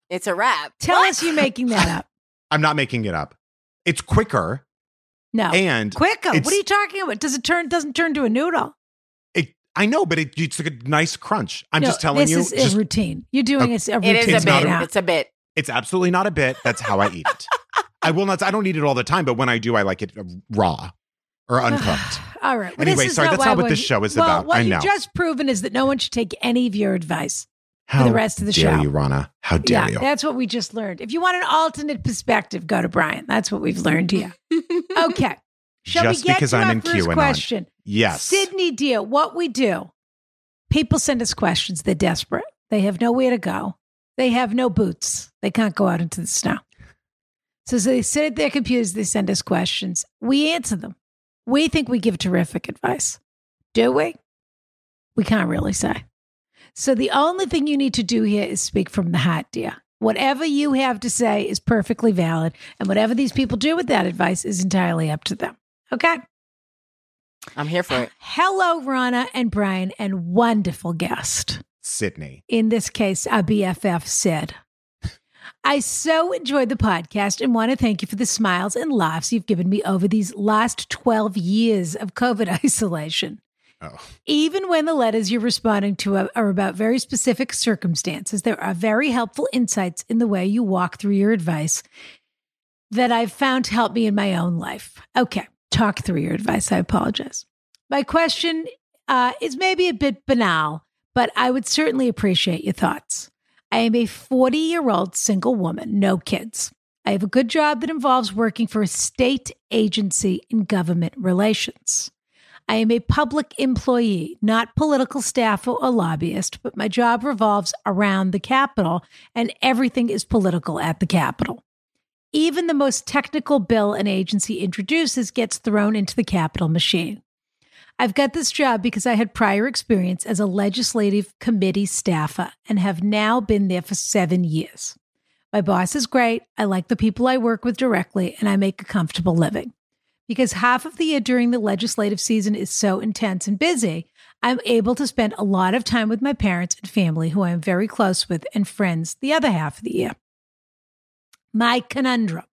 It's a wrap. Tell us you're making that up. I'm not making it up. It's quicker No, and quicker. What it's- are you talking about? Does it turn? Doesn't turn to a noodle? it, I know, but it, it's like a nice crunch. I'm No, just telling this you, is just- a routine. You're doing a, a routine. It is a It's not bit. a- now. it's a bit. it's absolutely not a bit. That's how I eat it. I will not. I don't eat it all the time, but when I do, I like it raw or uncooked. All right. Well, Anyway, this is sorry, not that's why not what we're- this show is well, about. What I you've know. just proven is that no one should take any of your advice How for the rest of the dare show. you, Rana? How dare yeah, you? that's what we just learned. If you want an alternate perspective, go to Brian. That's what we've learned here. Okay. Shall Just we get because to I'm our in first QAnon. question? Yes. Sydney, dear, what we do, people send us questions. They're desperate. They have nowhere to go. They have no boots. They can't go out into the snow. So, so they sit at their computers, they send us questions. We answer them. We think we give terrific advice. Do we? We can't really say. So the only thing you need to do here is speak from the heart, dear. Whatever you have to say is perfectly valid. And whatever these people do with that advice is entirely up to them. Okay? I'm here for it. Hello, Rana and Brian, and wonderful guest. Sydney. In this case, our BFF Sid. I so enjoyed the podcast and want to thank you for the smiles and laughs you've given me over these last 12 years of COVID isolation. Oh, Even when the letters you're responding to are, are about very specific circumstances, there are very helpful insights in the way you walk through your advice that I've found help me in my own life. Okay, talk through your advice. I apologize. My question uh, is maybe a bit banal, but I would certainly appreciate your thoughts. I am a 40 year old single woman, no kids. I have a good job that involves working for a state agency in government relations. I am a public employee, not political staff or a lobbyist, but my job revolves around the Capitol and everything is political at the Capitol. Even the most technical bill an agency introduces gets thrown into the Capitol machine. I've got this job because I had prior experience as a legislative committee staffer and have now been there for seven years. My boss is great. I like the people I work with directly, and I make a comfortable living. Because half of the year during the legislative season is so intense and busy, I'm able to spend a lot of time with my parents and family, who I am very close with, and friends the other half of the year. My conundrum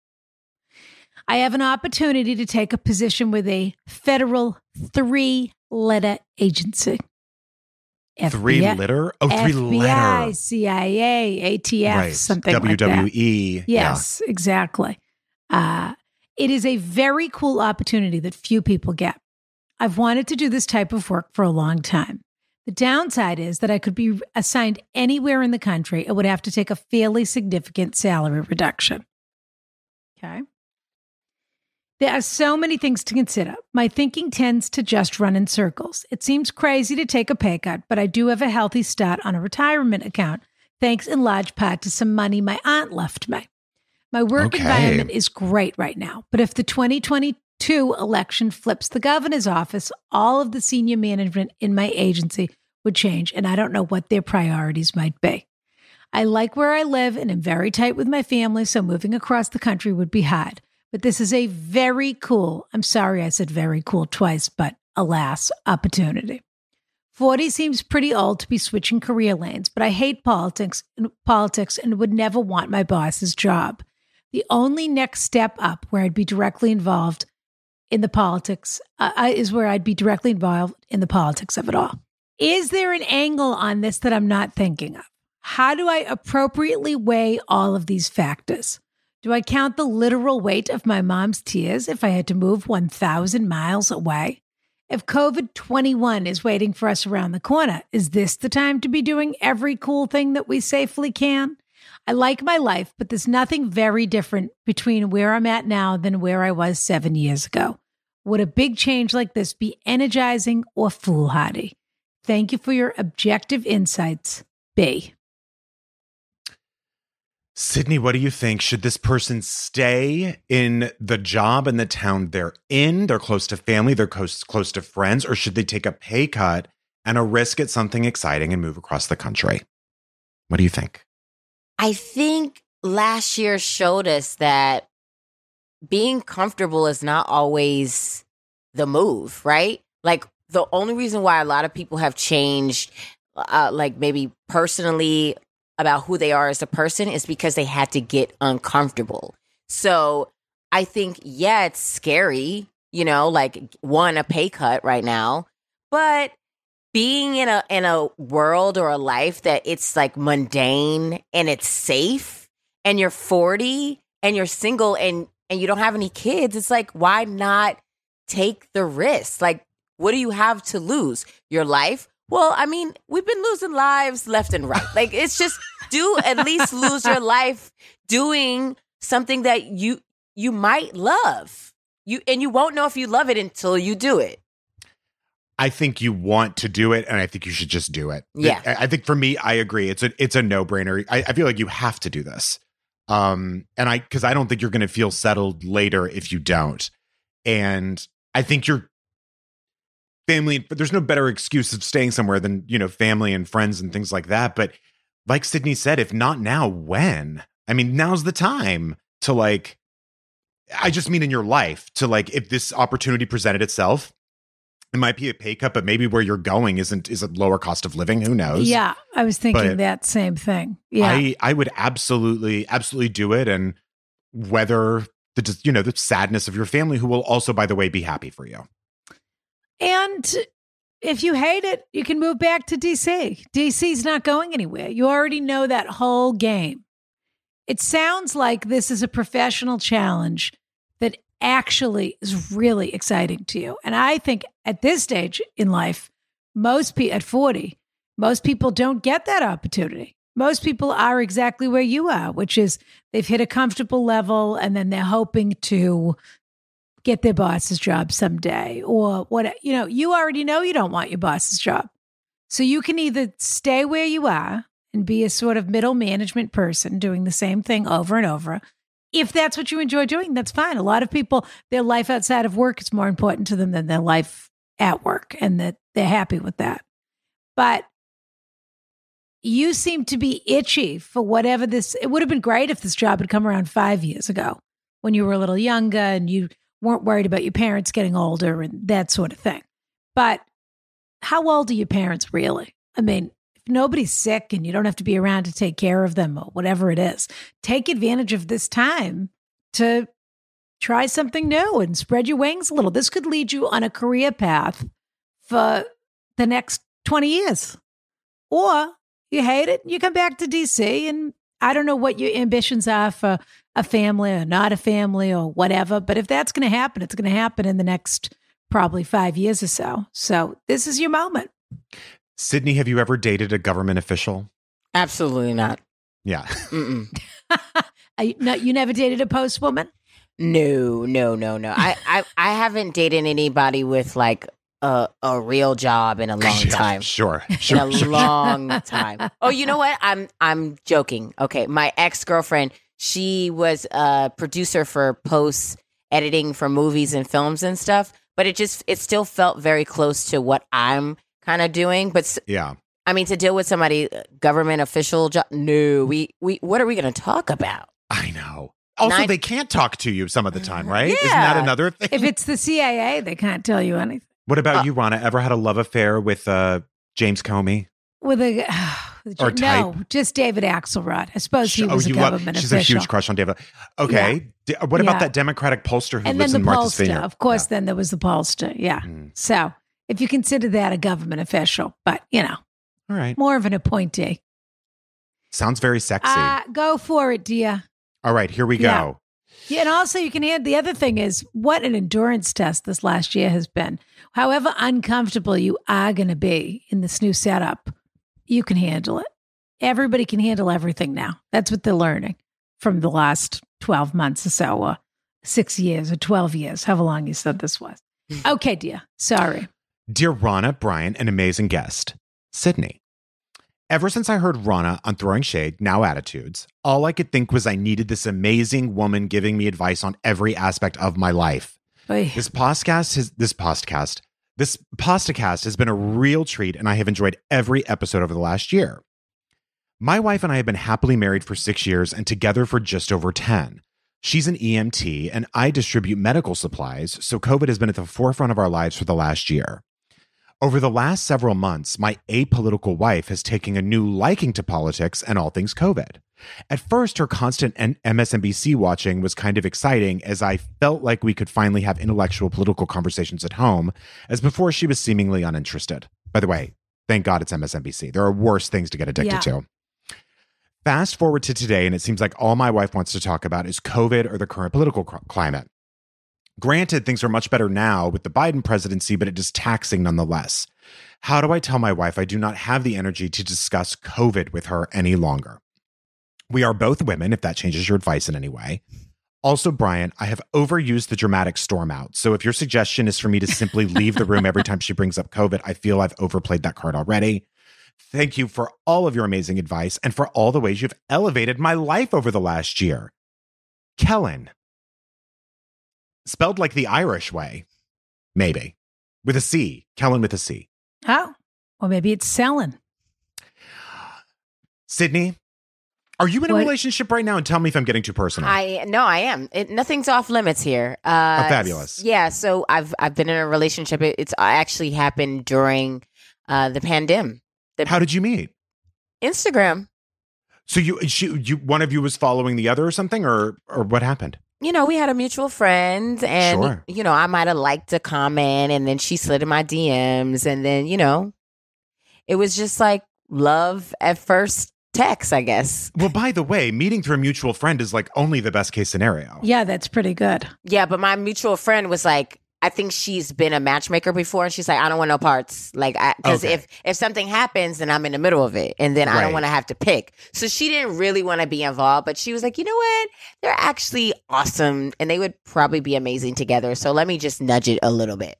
I have an opportunity to take a position with a federal three letter agency. three FBI litter? Oh, three FBI, letter. CIA, ATF, Right. E. something like that. WWE. Yeah. Yes, exactly. Uh, it is a very cool opportunity that few people get. I've wanted to do this type of work for a long time. The downside is that I could be assigned anywhere in the country and would have to take a fairly significant salary reduction. Okay. There are so many things to consider. My thinking tends to just run in circles. It seems crazy to take a pay cut, but I do have a healthy start on a retirement account, thanks in large part to some money my aunt left me. My work Okay. environment is great right now, but if the 2022 election flips the governor's office, all of the senior management in my agency would change, and I don't know what their priorities might be. I like where I live and am very tight with my family, so moving across the country would be hard. But this is a very cool, I'm sorry I said very cool twice, but alas, opportunity. 40 seems pretty old to be switching career lanes, but I hate politics and politics and would never want my boss's job. The only next step up where I'd be directly involved in the politics uh, uh, is where I'd be directly involved in the politics of it all. Is there an angle on this that I'm not thinking of? How do I appropriately weigh all of these factors? Do I count the literal weight of my mom's tears if I had to move 1,000 miles away? If COVID 21 is waiting for us around the corner, is this the time to be doing every cool thing that we safely can? I like my life, but there's nothing very different between where I'm at now than where I was seven years ago. Would a big change like this be energizing or foolhardy? Thank you for your objective insights, B. Sydney, what do you think? Should this person stay in the job in the town they're in? They're close to family, they're close, close to friends, or should they take a pay cut and a risk at something exciting and move across the country? What do you think? I think last year showed us that being comfortable is not always the move, right? Like the only reason why a lot of people have changed, uh, like maybe personally about who they are as a person, is because they had to get uncomfortable. So I think, yeah, it's scary, you know, like one, a pay cut right now, but being in a in a world or a life that it's like mundane and it's safe and you're 40 and you're single and and you don't have any kids it's like why not take the risk like what do you have to lose your life well i mean we've been losing lives left and right like it's just do at least lose your life doing something that you you might love you and you won't know if you love it until you do it I think you want to do it, and I think you should just do it. Yeah. I I think for me, I agree. It's a it's a no brainer. I, I feel like you have to do this, um, and I because I don't think you're going to feel settled later if you don't. And I think your family, but there's no better excuse of staying somewhere than you know family and friends and things like that. But like Sydney said, if not now, when? I mean, now's the time to like. I just mean in your life to like if this opportunity presented itself It might be a pay cut, but maybe where you're going isn't is a lower cost of living. Who knows? Yeah, I was thinking But- that same thing. Yeah. I I would absolutely absolutely do it, and whether the dis- you know the sadness of your family, who will also by the way be happy for you. and if you hate it, you can move back to DC. DC's not going anywhere. You already know that whole game. It sounds like this is a professional challenge that actually is really exciting to you. And I think at this stage in life, most people at 40, most people don't get that opportunity. Most people are exactly where you are, which is they've hit a comfortable level and then they're hoping to get their boss's job someday or what you know you already know you don't want your boss's job so you can either stay where you are and be a sort of middle management person doing the same thing over and over if that's what you enjoy doing that's fine a lot of people their life outside of work is more important to them than their life at work and that they're happy with that but you seem to be itchy for whatever this it would have been great if this job had come around 5 years ago when you were a little younger and you weren't worried about your parents getting older and that sort of thing. But how old are your parents really? I mean, if nobody's sick and you don't have to be around to take care of them or whatever it is, take advantage of this time to try something new and spread your wings a little. This could lead you on a career path for the next 20 years. Or you hate it, you come back to DC and I don't know what your ambitions are for a family or not a family or whatever. But if that's going to happen, it's going to happen in the next probably five years or so. So this is your moment. Sydney, have you ever dated a government official? Absolutely not. Yeah. Mm-mm. Are you, no, you never dated a post woman? No, no, no, no. I, I, I haven't dated anybody with like a a real job in a long Yeah, time. Sure. In Sure. a sure. long time. Oh, you know what? I'm I'm joking. Okay, my ex girlfriend. She was a producer for post editing for movies and films and stuff. But it just it still felt very close to what I'm kind of doing. But s- Yeah. I mean, to deal with somebody uh, government official job. No, we we what are we going to talk about? I know. Also, Nine- they can't talk to you some of the time, right? Isn't that Yeah. another thing? If it's the CIA, they can't tell you anything. What about Uh, you, Rana? Ever had a love affair with uh, James Comey? With a Or no, just David Axelrod. I suppose Oh, he Sh- oh, was a love- government She's a official. huge crush on David. Okay. D- what about Yeah. that Democratic pollster who and then lives the in Martha's pollster, Vineyard? of course. Then there was the pollster. Yeah. Yeah. Mm. So if you consider that a government official, but you know, All right. more of an appointee. Sounds very sexy. Uh, go for it, dear. All right. Here we yeah. go. Yeah, and also you can add the other thing is what an endurance test this last year has been. However uncomfortable you are going to be in this new setup, you can handle it. Everybody can handle everything now. That's what they're learning from the last 12 months or so, or six years or 12 years, however long you said this was. Hmm. Okay, dear. Sorry. Dear Rana, Brian, an amazing guest, Sydney. Ever since I heard Rana on Throwing Shade, now Attitudes, all I could think was I needed this amazing woman giving me advice on every aspect of my life. Oy. This podcast has this podcast. This podcast has been a real treat, and I have enjoyed every episode over the last year. My wife and I have been happily married for six years and together for just over 10. She's an EMT, and I distribute medical supplies, so COVID has been at the forefront of our lives for the last year. Over the last several months, my apolitical wife has taken a new liking to politics and all things COVID. At first, her constant N- MSNBC watching was kind of exciting as I felt like we could finally have intellectual political conversations at home, as before she was seemingly uninterested. By the way, thank God it's MSNBC. There are worse things to get addicted Yeah. to. Fast forward to today, and it seems like all my wife wants to talk about is COVID or the current political cr- climate. Granted, things are much better now with the Biden presidency, but it is taxing nonetheless. How do I tell my wife I do not have the energy to discuss COVID with her any longer? We are both women, if that changes your advice in any way. Also, Brian, I have overused the dramatic storm out. So if your suggestion is for me to simply leave the room every time she brings up COVID, I feel I've overplayed that card already. Thank you for all of your amazing advice and for all the ways you've elevated my life over the last year. Kellen. Spelled like the Irish way. Maybe. With a C. Kellen with a C. Oh, well, maybe it's selling. Sydney, Are you in a What- relationship right now? And tell me if I'm getting too personal. I no, I am. It, nothing's off limits here. Uh, Oh, fabulous. Yeah, so I've I've been in a relationship. It, it's actually happened during uh, the pandemic. How did you meet? Instagram. So you, she, you, one of you was following the other or something, or or what happened? You know, we had a mutual friend, and Sure. you know, I might have liked a comment, and then she slid in my DMs, and then you know, it was just like love at first text, I guess. Well, by the way, meeting through a mutual friend is like only the best case scenario. Yeah, that's pretty good. Yeah, but my mutual friend was like, I think she's been a matchmaker before, and she's like, I don't want no parts, like, because Okay. if if something happens, then I'm in the middle of it, and then I Right. don't want to have to pick. So she didn't really want to be involved, but she was like, you know what? They're actually awesome, and they would probably be amazing together. So let me just nudge it a little bit.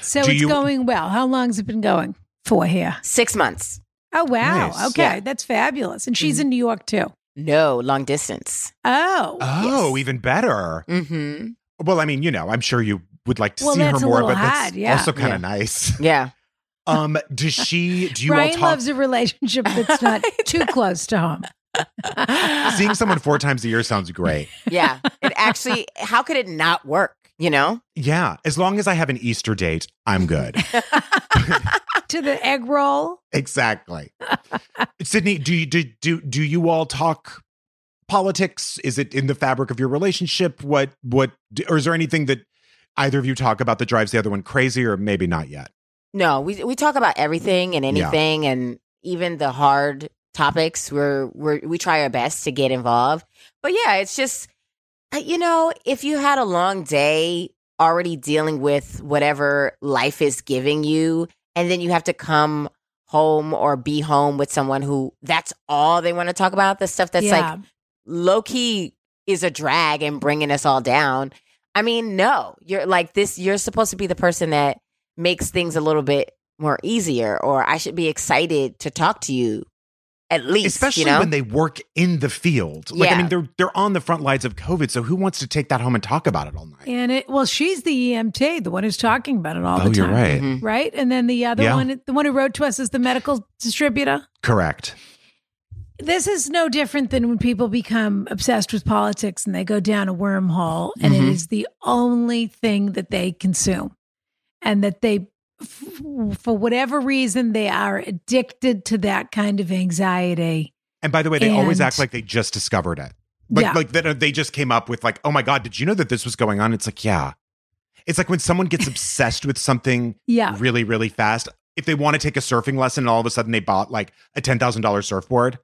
So Do it's you- going well. How long's it been going for here? Six months, Oh wow. Nice. Mm-hmm. Okay, Yeah. that's fabulous. And she's in New York too. no long distance. Oh. Oh, Yes. even better. Mm-hmm. Well, I mean, you know, I'm sure you would like to Well, see her that's a more, little but that's hard, yeah. also kind Yeah. of nice. Yeah, Um, does she? Do you all Brian talk? loves a relationship that's not too close to home. Seeing someone four times a year sounds great. yeah. It actually, how could it not work? You know, Yeah, as long as I have an Easter date, I'm good. to the egg roll. exactly. Sydney, do you do, do do you all talk politics? Is it in the fabric of your relationship? What what or is there anything that either of you talk about that drives the other one crazy, or maybe not yet? No, we we talk about everything and Yeah. anything, and even the hard topics. We're we we try our best to get involved, but yeah, it's just uh, you know, if you had a long day already dealing with whatever life is giving you, and then you have to come home or be home with someone who that's all they want to talk about the stuff that's like yeah. low key is a drag and bringing us all down. I mean, no, you're like this, you're supposed to be the person that makes things a little bit more easier, or I should be excited to talk to you at least, Especially you know? when they work in the field. Like I Yeah. mean, they're they're on the front lines of COVID, so who wants to take that home and talk about it all night? and it well, she's the EMT, the one who's talking about it all oh, the you're time. Mm-hmm. right. Mhm. Right? And then the other Yeah. one, the one who wrote to us is the medical distributor. Correct. This is no different than when people become obsessed with politics and they go down a wormhole and it Mhm. is the only thing that they consume. And that they, f- for whatever reason, they are addicted to that kind of anxiety. And by the way, they always And- act like they just discovered it. Like Yeah. like that uh, they just came up with like, oh my god, did you know that this was going on? It's like, yeah. It's like when someone gets obsessed with something Yeah. really really fast. If they want to take a surfing lesson, and all of a sudden they bought like a ten thousand dollars surfboard.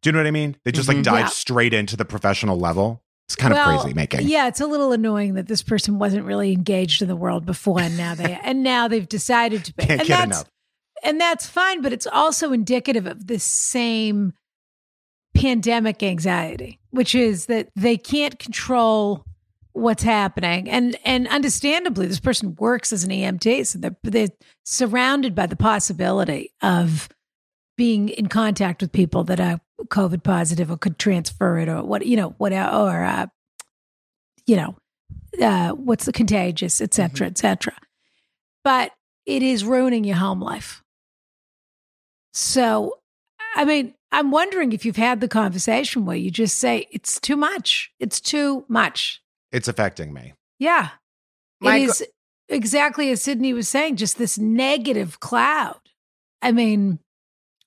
Do you know what I mean? They just Mhm. like dive Mm-hmm. Yeah. straight into the professional level. It's kind Well, of crazy making. Yeah, it's a little annoying that this person wasn't really engaged in the world before, and now they and now they've decided to be. Can't and get that's enough. and that's fine, but it's also indicative of this same pandemic anxiety, which is that they can't control what's happening, and and understandably, this person works as an EMT, so they're they're surrounded by the possibility of being in contact with people that are COVID positive or could transfer it or what you know what or uh, you know uh, what's the contagious, et cetera, et cetera. But it is ruining your home life. So, I mean, I'm wondering if you've had the conversation where you just say it's too much. It's too much. It's affecting me. Yeah, My it is exactly as Sydney was saying. Just this negative cloud. I mean,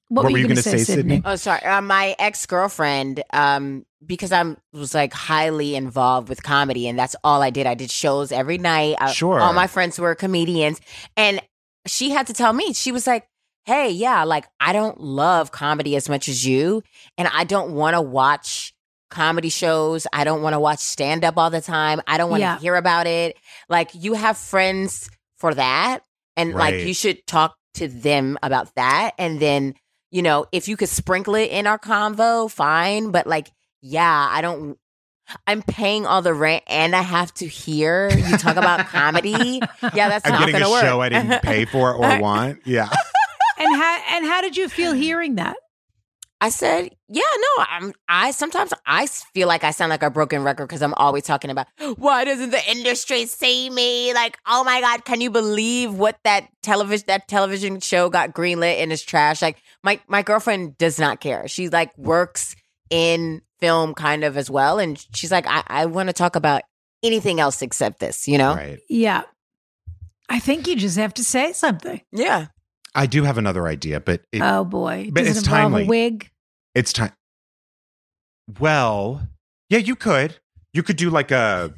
what, were you, going to say, Sydney? Oh, sorry. Uh, my ex girlfriend, um, because I was like highly involved with comedy, and that's all I did. I did shows every night. I- Sure. All my friends were comedians, and she had to tell me. She was like, "Hey, yeah, like I don't love comedy as much as you, and I don't want to watch." comedy shows i don't want to watch stand up all the time i don't want to Yeah. hear about it like you have friends for that and Right. like you should talk to them about that and then you know if you could sprinkle it in our convo fine but like yeah i don't i'm paying all the rent and i have to hear you talk about comedy yeah that's I'm not getting gonna a work show I didn't pay for or want. Yeah. And how and how did you feel hearing that? I said, yeah, no, I'm I sometimes I s- feel like I sound like a broken record because I'm always talking about why doesn't the industry see me? Like, oh my God, can you believe what that television that television show got greenlit and is trash? Like my my girlfriend does not care. She like works in film kind of as well. And she's like, I, I want to talk about anything else except this, you know? Right. Yeah. I think you just have to say something. Yeah. I do have another idea, but it, oh boy. but Does it's it involve timely. a wig? it's time. Well, yeah, you could. You could do like a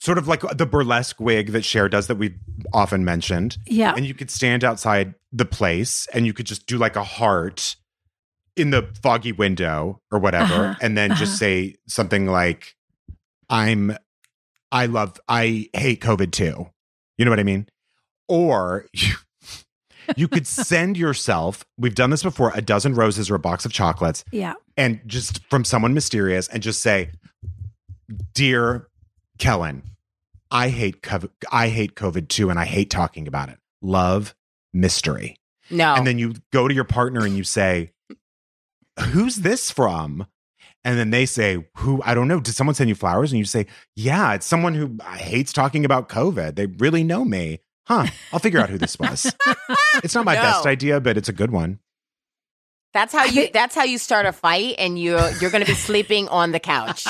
sort of like the burlesque wig that Cher does that we've often mentioned. Yeah. And you could stand outside the place and you could just do like a heart in the foggy window or whatever. Uh-huh, And then uh-huh. just say something like, I'm, I love, I hate COVID too. You know what I mean? Or you, you could send yourself, we've done this before, a dozen roses or a box of chocolates Yeah. and just from someone mysterious and just say, "Dear Kellen, I hate COVID, I hate COVID too, and I hate talking about it. Love mystery." No. And then you go to your partner and you say, "Who's this from?" And then they say, "Who? I don't know. Did someone send you flowers?" And you say, "Yeah, it's someone who hates talking about COVID. They really know me." Huh, I'll figure out who this was. It's not my No. best idea, but it's a good one. that's how I you think- that's how you start a fight and you're you're gonna be sleeping on the couch.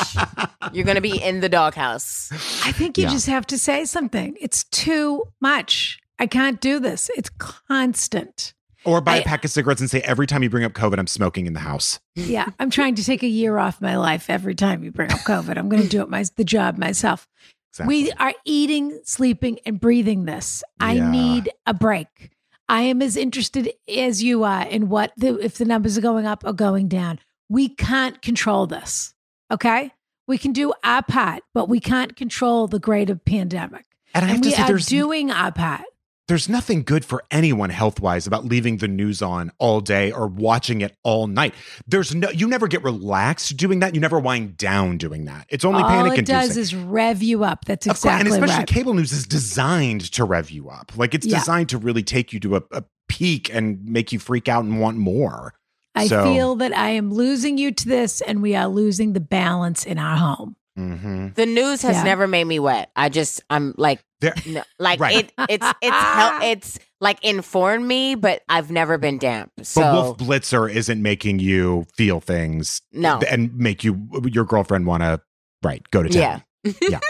You're gonna be in the doghouse. I think you Yeah. just have to say something. It's too much. I can't do this. It's constant. Or buy a I- pack of cigarettes and say, every time you bring up COVID, I'm smoking in the house. Yeah, I'm trying to take a year off my life every time you bring up COVID. I'm going to do it my the job myself. Exactly. We are eating, sleeping, and breathing this. I Yeah. need a break. I am as interested as you are in what the, if the numbers are going up or going down. We can't control this. Okay, we can do our part, but we can't control the greater pandemic. and I have And to we say, are there's, doing our part. there's nothing good for anyone health wise about leaving the news on all day or watching it all night. There's no, you never get relaxed doing that. You never wind down doing that. It's only All panic it does inducing. is rev you up. That's Of course, exactly and especially right. cable news is designed to rev you up. Like it's Yeah. designed to really take you to a, a peak and make you freak out and want more. I So- feel that I am losing you to this, and we are losing the balance in our home. Mm-hmm. The news has Yeah. never made me wet. I just I'm like There- no, like Right. it it's it's hel- it's like informed me, but I've never been damp. So but Wolf Blitzer isn't making you feel things no. and make you your girlfriend want to right go to town. Yeah.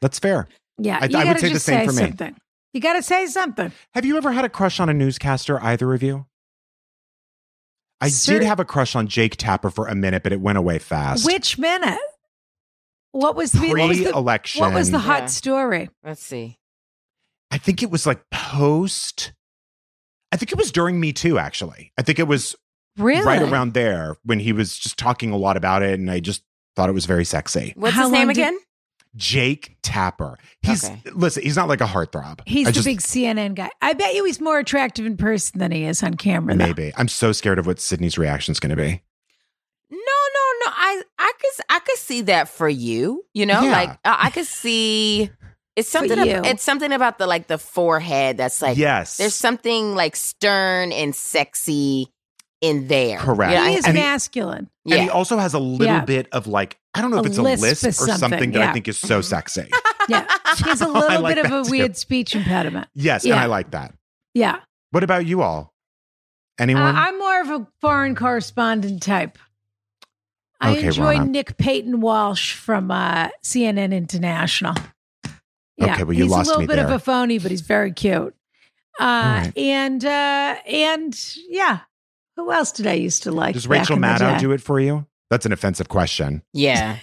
That's fair. Yeah, I- you I would gotta say the just same say for me. something. You got to say something. Have you ever had a crush on a newscaster, either of you? I Sir- did have a crush on Jake Tapper for a minute, but it went away fast. Which minute? What was the what was the, Pre-election. what was the hot Yeah. story? Let's see. I think it was like post. I think it was during Me Too, actually. I think it was Really? right around there when he was just talking a lot about it, and I just thought it was very sexy. What's How his name long did- again? Jake Tapper. He's Okay. listen. He's not like a heartthrob. He's I the just- big CNN guy. I bet you he's more attractive in person than he is on camera. though. maybe. I'm so scared of what Sydney's reaction's going to be. No, no, no. I I could s- I could see that for you. You know, Yeah. like uh, I could see it's something. ab- you. it's something about the like the forehead that's like yes, there's something like stern and sexy in there. Correct. Yeah, He I- is And he- masculine. yeah. And he also has a little Yeah. bit of like, I don't know if A it's a lisp lisp, or or something, something, that yeah. I think is so sexy. Yeah, he has a I little like bit of that a too. weird speech impediment. yes, and Yeah. I like that. Yeah, What about you all? Uh, Anyone? I'm more of a foreign correspondent type. I Okay, enjoy Ronna. Nick Peyton Walsh from uh, CNN International. Okay, well, you he's lost a little me bit of there. a phony, but he's very cute. Uh, right. And uh, and yeah, who else did I used to like? Does back Rachel in the Maddow day? do it for you? That's an offensive question. Yeah.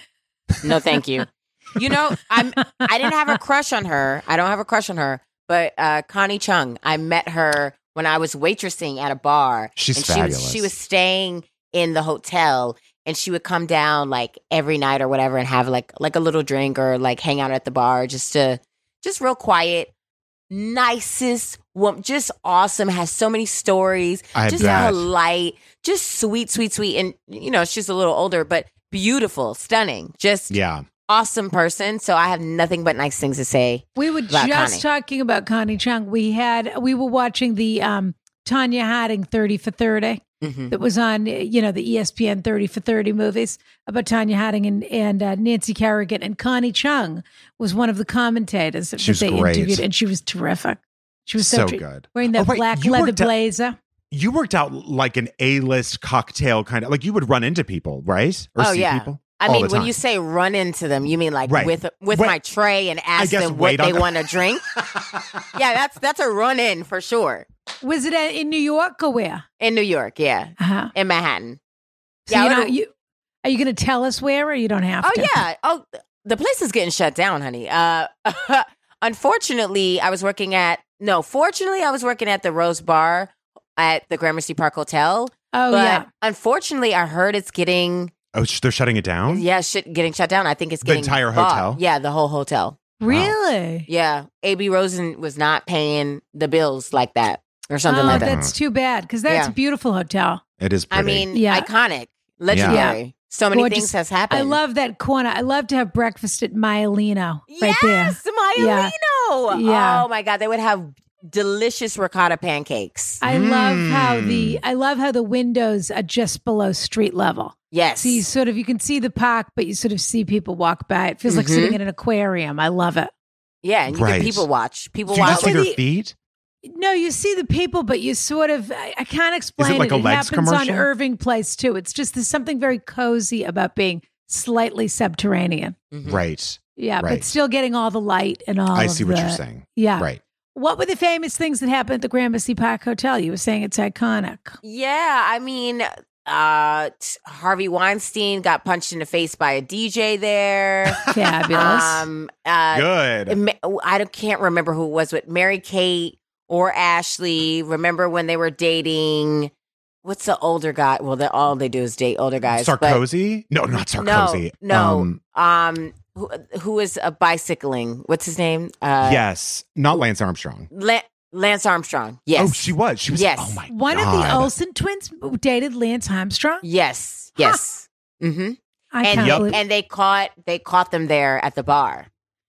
No, thank you. You know, I'm I didn't have a crush on her. I don't have a crush on her, but uh Connie Chung, I met her when I was waitressing at a bar. She's and She was, fabulous. she was staying in the hotel and she would come down like every night or whatever and have like like a little drink or like hang out at the bar just to just real quiet. Nicest woman, just awesome, has so many stories I just bet. polite, just sweet, sweet, sweet. And, you know, she's a little older, but beautiful, stunning, just yeah. awesome person. So I have nothing but nice things to say. We were about just talking about Connie Chung. We had we were watching the um, Tanya Harding Thirty for Thirty. that was on, uh, you know, the ESPN 30 for 30 movies about Tanya Harding and, and uh, Nancy Kerrigan. And Connie Chung was one of the commentators that She was they great. interviewed, and she was terrific. She was so, So tre- good. Wearing that Oh, wait, black you were leather de- blazer. you worked out like an A-list cocktail kind of like you would run into people, right? Oh, yeah. people. I all mean, the when time. you say run into them, you mean like Right. with with Wait- my tray and ask guess them wait what they on the- want to drink? yeah, that's that's a run in for sure Was it at, in New York or where? in New York. Yeah, Uh-huh. in Manhattan. So Yeah, I you're would've- not- you- are you going to tell us where, or you don't have Oh to? yeah. Oh, th- the place is getting shut down, honey. Uh, unfortunately, I was working at no. Fortunately, I was working at the Rose Bar at the Gramercy Park Hotel. Oh but yeah. unfortunately, I heard it's getting Oh, sh- they're shutting it down? yeah, shit getting shut down. I think it's The getting entire bought. hotel? Yeah, the whole hotel. Really? Yeah, AB Rosen was not paying the bills like that or something oh, like that. that's too bad because that's Yeah. a beautiful hotel. It is pretty. I mean, Yeah. iconic, legendary. So many Gorgeous. things has happened. I love that corner. I love to have breakfast at Maialino right there. yes, Maialino. Yeah. Yeah. Oh my God, they would have delicious ricotta pancakes. I love how Mm. the I love how the windows are just below street level. Yes. So you sort of you can see the park, but you sort of see people walk by. It feels like Mm-hmm. Mhm. sitting in an aquarium. I love it. yeah, and you Right. can people watch. People Do you watch. see their the- feet? No, you see the people, but you sort of I, I can't explain like it. a it Legs happens commercial? on Irving Place too. It's just there's something very cozy about being slightly subterranean. Mhm. Right. Yeah, Right. but still getting all the light and Mm-hmm. all. I of see what the- you're saying. Yeah. Right. What were the famous things that happened at the Gramercy Park Hotel? You were saying it's iconic. Yeah, I mean, uh, t- Harvey Weinstein got punched in the face by a DJ there. Fabulous. um, uh, Good. Ma- I don't- can't remember who it was with Mary Kate or Ashley. Remember when they were dating? What's the older guy? Well, they, all they do is date older guys. but- Sarkozy? No, not Sarkozy. No, Um, no. Um, who, who is a bicycling? What's his name? Uh, yes. Not Lance Armstrong. La- Lance Armstrong. Yes. Oh, she was. She was. Yes. Oh my One God. of the Olsen twins dated Lance Armstrong. Yes. Yes. hmm I And can't Yep. believe and they caught they caught them there at the bar.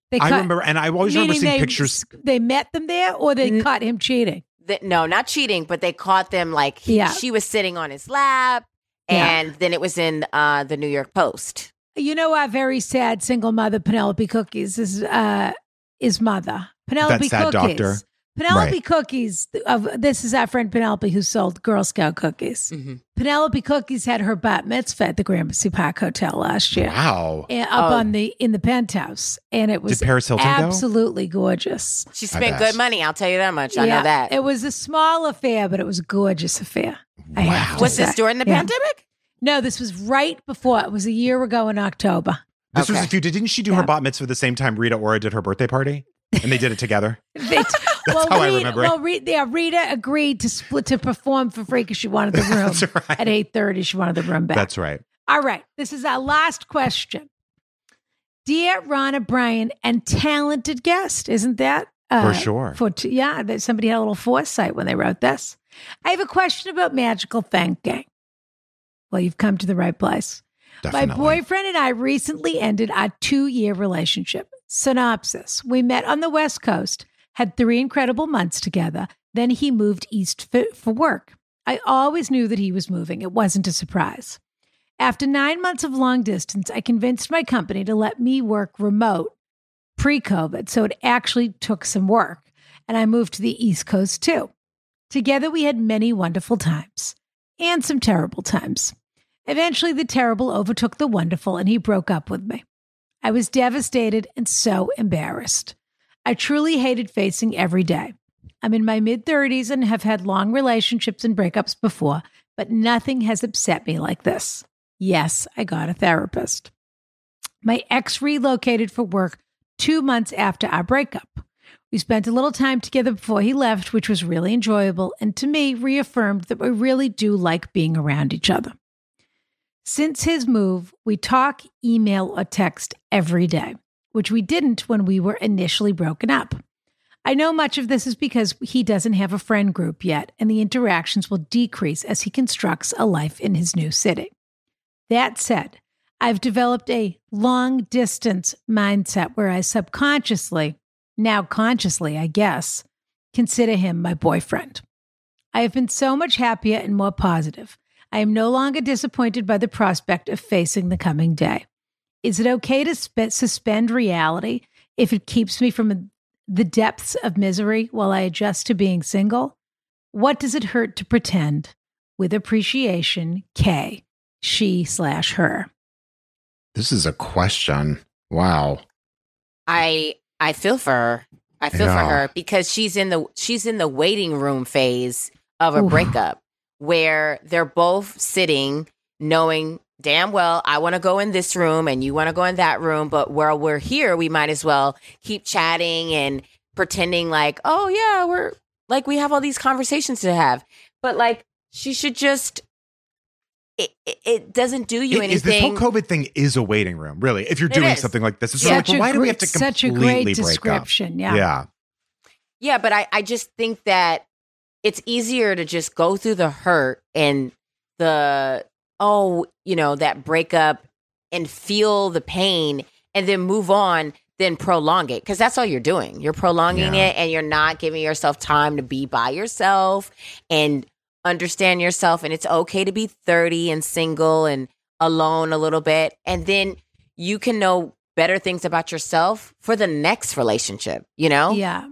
they I caught- remember, and I always remember meaning seeing they, pictures. Mm. They met them there, or they N- caught him cheating. That no, not cheating, but they caught them like he, Yeah. she was sitting on his lap, Yeah. and then it was in uh, the New York Post. You know, our very sad single mother, Penelope Cookies, is uh, is mother. Penelope That sad Cookies. doctor. Penelope Right. Cookies. Of this is our friend Penelope who sold Girl Scout Mm. cookies. Mm-hmm. Mhm. Penelope Cookies had her bat mitzvah at the Gramercy Park Hotel last year, Wow. eh, up Oh. on the in the penthouse, and it Did was Paris Hilton go? absolutely gorgeous. She I spent bet. good money. I'll tell you that much. I know that. it was a small affair, but it was a gorgeous affair. I have Wow. to was say. this during the Yeah. pandemic? No, this was right before. It was a year ago in October. This was Okay. a few. Didn't she do her Yeah. bat mitzvah the same time Rita Ora did her birthday party? And they did it together. They- well, how I Rita, remember it. Well, Rita, yeah, Rita agreed to split to perform for free because she wanted the room That's right. at eight thirty. She wanted the room back. That's right. All right, this is our last question. Dear Ron O'Brien and talented guest, isn't that uh, For sure. For t- yeah, that somebody had a little foresight when they wrote this. I have a question about magical thinking. Well, you've come to the right place. Definitely. My boyfriend and I recently ended our two year relationship. Synopsis We met on the West Coast, had three incredible months together. Then he moved east for, for work. I always knew that he was moving, it wasn't a surprise. After nine months of long distance, I convinced my company to let me work remote pre COVID, so it actually took some work. And I moved to the East Coast too. Together, we had many wonderful times and some terrible times. Eventually, the terrible overtook the wonderful and he broke up with me. I was devastated and so embarrassed. I truly hated facing every day. I'm in my mid 30s and have had long relationships and breakups before, but nothing has upset me like this. Yes, I got a therapist. My ex relocated for work two months after our breakup. We spent a little time together before he left, which was really enjoyable and to me reaffirmed that we really do like being around each other. Since his move, we talk, email, or text every day, which we didn't when we were initially broken up. I know much of this is because he doesn't have a friend group yet, and the interactions will decrease as he constructs a life in his new city. That said, I've developed a long distance mindset where I subconsciously, now consciously, I guess, consider him my boyfriend. I have been so much happier and more positive. I am no longer disappointed by the prospect of facing the coming day. Is it okay to sp- suspend reality if it keeps me from the depths of misery while I adjust to being single? What does it hurt to pretend? With appreciation, K, she slash her. This is a question. Wow. I I feel for her. I feel Yeah. for her because she's in the she's in the waiting room phase of a Oof. breakup where they're both sitting knowing damn well I want to go in this room and you want to go in that room but while we're here we might as well keep chatting and pretending like oh yeah we're like we have all these conversations to have but like she should just it, it, it doesn't do you It- anything is this whole COVID thing is a waiting room, really? If you're It doing is. something like this, it's such, like, well, a why great, do we have to such a completely great break up? description. Yeah. Yeah. Yeah, but I, I just think that it's easier to just go through the hurt and the, oh, you know, that breakup and feel the pain and then move on than prolong it. Cause that's all you're doing. You're prolonging Yeah. it and you're not giving yourself time to be by yourself and understand yourself. And it's okay to be 30 and single and alone a little bit. And then you can know better things about yourself for the next relationship, you know? Yeah.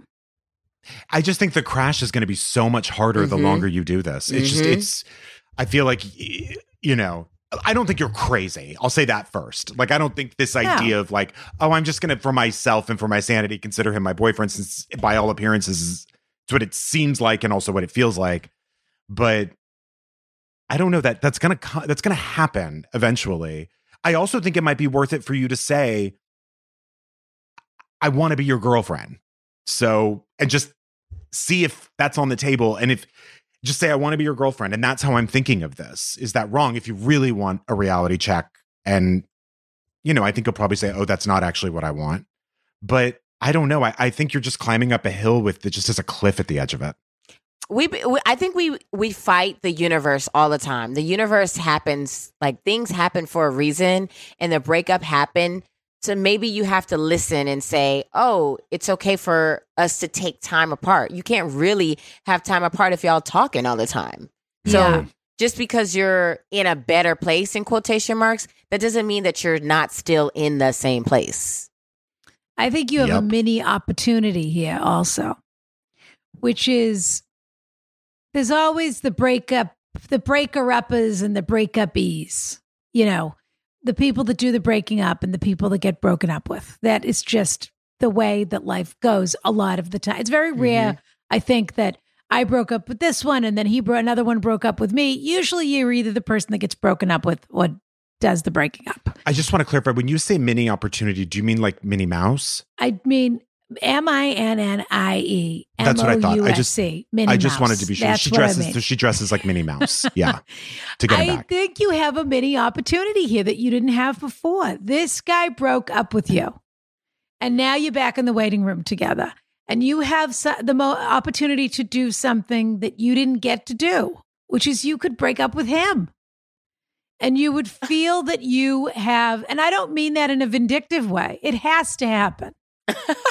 I just think the crash is going to be so much harder the Mhm. longer you do this. It's just, Mhm. it's, I feel like, y- you know, I don't think you're crazy. I'll say that first. Like, I don't think this idea of like, oh, I'm just going to, for myself and for my sanity, consider him my boyfriend, since by all appearances, is- it's what it seems like and also what it feels like. But I don't know that that's going to, co- that's going to happen eventually. I also think it might be worth it for you to say, I want to be your girlfriend. So, and just see if that's on the table. And if just say, I want to be your girlfriend. And that's how I'm thinking of this. Is that wrong? If you really want a reality check, and, you know, I think you'll probably say, oh, that's not actually what I want. But I don't know. I, I think you're just climbing up a hill with it just as a cliff at the edge of it. we, we i think we we fight the universe all the time the universe happens like things happen for a reason and the breakup happened so maybe you have to listen and say oh it's okay for us to take time apart you can't really have time apart if y'all talking all the time so Yeah. just because you're in a better place in quotation marks that doesn't mean that you're not still in the same place I think you have a Yep. mini opportunity here also, which is there's always the breakup, the breaker uppers and the breakup ease, you know, the people that do the breaking up and the people that get broken up with. That is just the way that life goes a lot of the time. It's very rare, I think, that I broke up with this one and then he broke another one broke up with me. Usually you're either the person that gets broken up with or does the breaking up. I just want to clarify when you say mini opportunity, do you mean like Minnie Mouse? I mean, M I N N I E. That's what I thought. I just- M O U S E, Minnie I just Mouse. wanted to be sure. That's she what dresses I, mean. so she dresses like Minnie Mouse. Yeah. to get I it back. think you have a mini opportunity here that you didn't have before. This guy broke up with you, and now you're back in the waiting room together, and you have so- the mo- opportunity to do something that you didn't get to do, which is you could break up with him. And you would feel that you have, and I don't mean that in a vindictive way. It has to happen.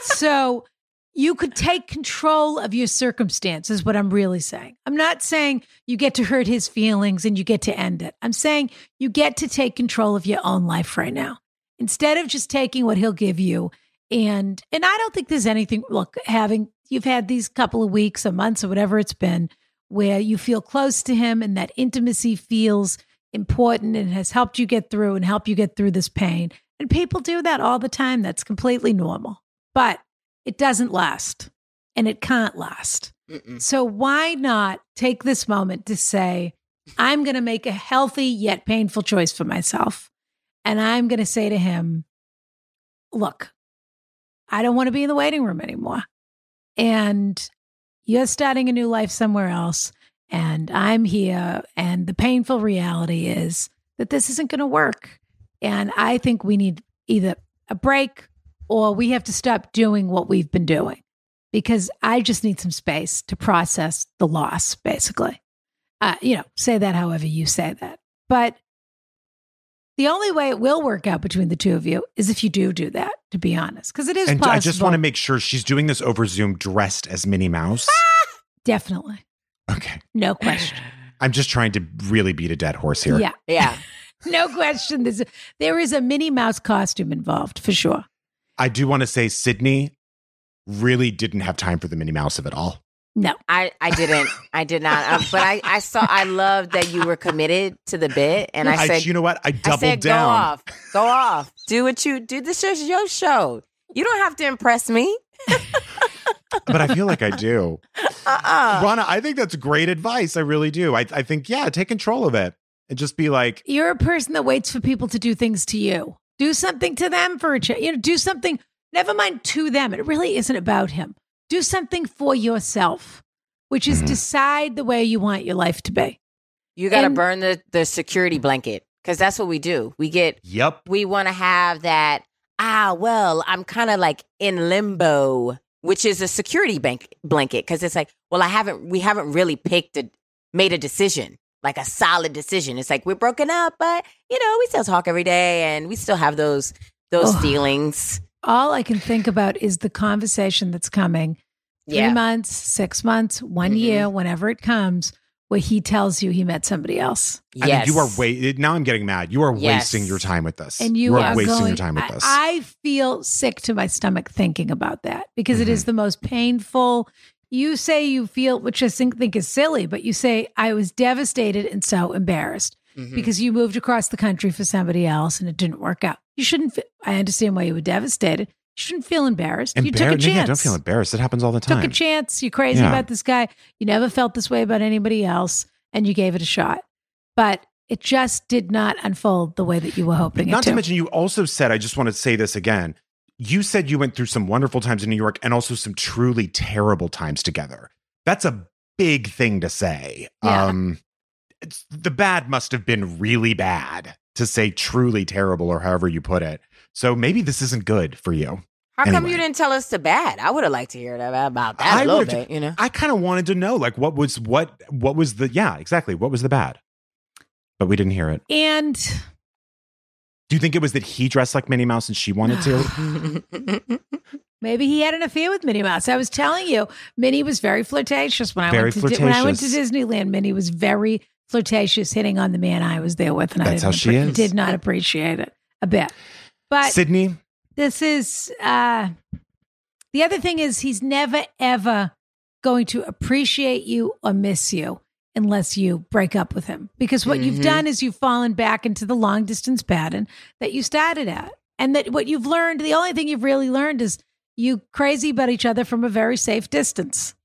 so you could take control of your circumstance, is what I'm really saying. I'm not saying you get to hurt his feelings and you get to end it. I'm saying you get to take control of your own life right now instead of just taking what he'll give you. And and I don't think there's anything. Look, having you've had these couple of weeks or months or whatever it's been, where you feel close to him and that intimacy feels important and has helped you get through and help you get through this pain. And people do that all the time. That's completely normal. But it doesn't last and it can't last. Mm-mm. So why not take this moment to say, I'm going to make a healthy yet painful choice for myself. And I'm going to say to him, look, I don't want to be in the waiting room anymore. And you're starting a new life somewhere else. And I'm here. And the painful reality is that this isn't going to work. And I think we need either a break or we have to stop doing what we've been doing because I just need some space to process the loss, basically. Uh, you know, say that however you say that. But the only way it will work out between the two of you is if you do do that, to be honest, because it is And possible. I just want to make sure she's doing this over Zoom dressed as Minnie Mouse. Definitely. Okay. No question. I'm just trying to really beat a dead horse here. Yeah. yeah No question. There's a, there is a Minnie Mouse costume involved for sure. I do want to say Sydney really didn't have time for the Minnie Mouse of it all. No. I, I didn't. I did not. Um, but I, I saw, I loved that you were committed to the bit. And I said, you know what? I doubled I said, down. Go off. Go off. Do what you do. This is your show. You don't have to impress me. But I feel like I do. Uh-uh. Rana, I think that's great advice. I really do. I, I think, yeah, take control of it and just be like, You're a person that waits for people to do things to you. Do something to them for a change. You know, do something, never mind to them. It really isn't about him. Do something for yourself, which is Mhm. decide the way you want your life to be. You got to And- burn the, the security blanket because that's what we do. We get, yep. we want to have that, ah, well, I'm kind of like in limbo, which is a security bank blanket because it's like, well, I haven't, we haven't really picked a, made a decision, like a solid decision. It's like, we're broken up, but you know, we still talk every day and we still have those, those Ugh. feelings. All I can think about is the conversation that's coming three Yeah. months, six months, one Mhm. year, whenever it comes, where he tells you he met somebody else. I yes. mean, you are wait. Now I'm getting mad. You are Yes. wasting your time with this. And you, are, are, wasting going, your time with I, this. I feel sick to my stomach thinking about that because Mm-hmm. it is the most painful. You say you feel, which I think, think is silly, but you say, I was devastated and so embarrassed Mhm. Mm-hmm. because you moved across the country for somebody else and it didn't work out. You shouldn't, fe- I understand why you were devastated. You shouldn't feel embarrassed. You took a Embarrassed- chance. Yeah, don't feel embarrassed. It happens all the time. Took a chance. You're crazy Yeah. about this guy. You never felt this way about anybody else and you gave it a shot. But it just did not unfold the way that you were hoping Not it to mention, you also said, I just want to say this again. You said you went through some wonderful times in New York and also some truly terrible times together. That's a big thing to say. Yeah. Um, it's, the bad must have been really bad to say truly terrible or however you put it. So maybe this isn't good for you. How come Anyway. you didn't tell us the bad? I would have liked to hear that about that I a little would've- bit, you know. I kind of wanted to know, like, what was what what was the yeah exactly what was the bad? But we didn't hear it. And Do you think it was that he dressed like Minnie Mouse and she wanted to? Maybe he had an affair with Minnie Mouse. I was telling you, Minnie was very flirtatious when I Very went to Di- when I went to flirtatious. Disneyland. Minnie was very flirtatious, hitting on the man I was there with, and I That's how didn't she appre- is. did not appreciate it a bit. But Sydney, this is uh, the other thing is he's never ever going to appreciate you or miss you unless you break up with him because what you've Mm-hmm. Mhm. done is you've fallen back into the long distance pattern that you started at and that what you've learned the only thing you've really learned is you crazy about each other from a very safe distance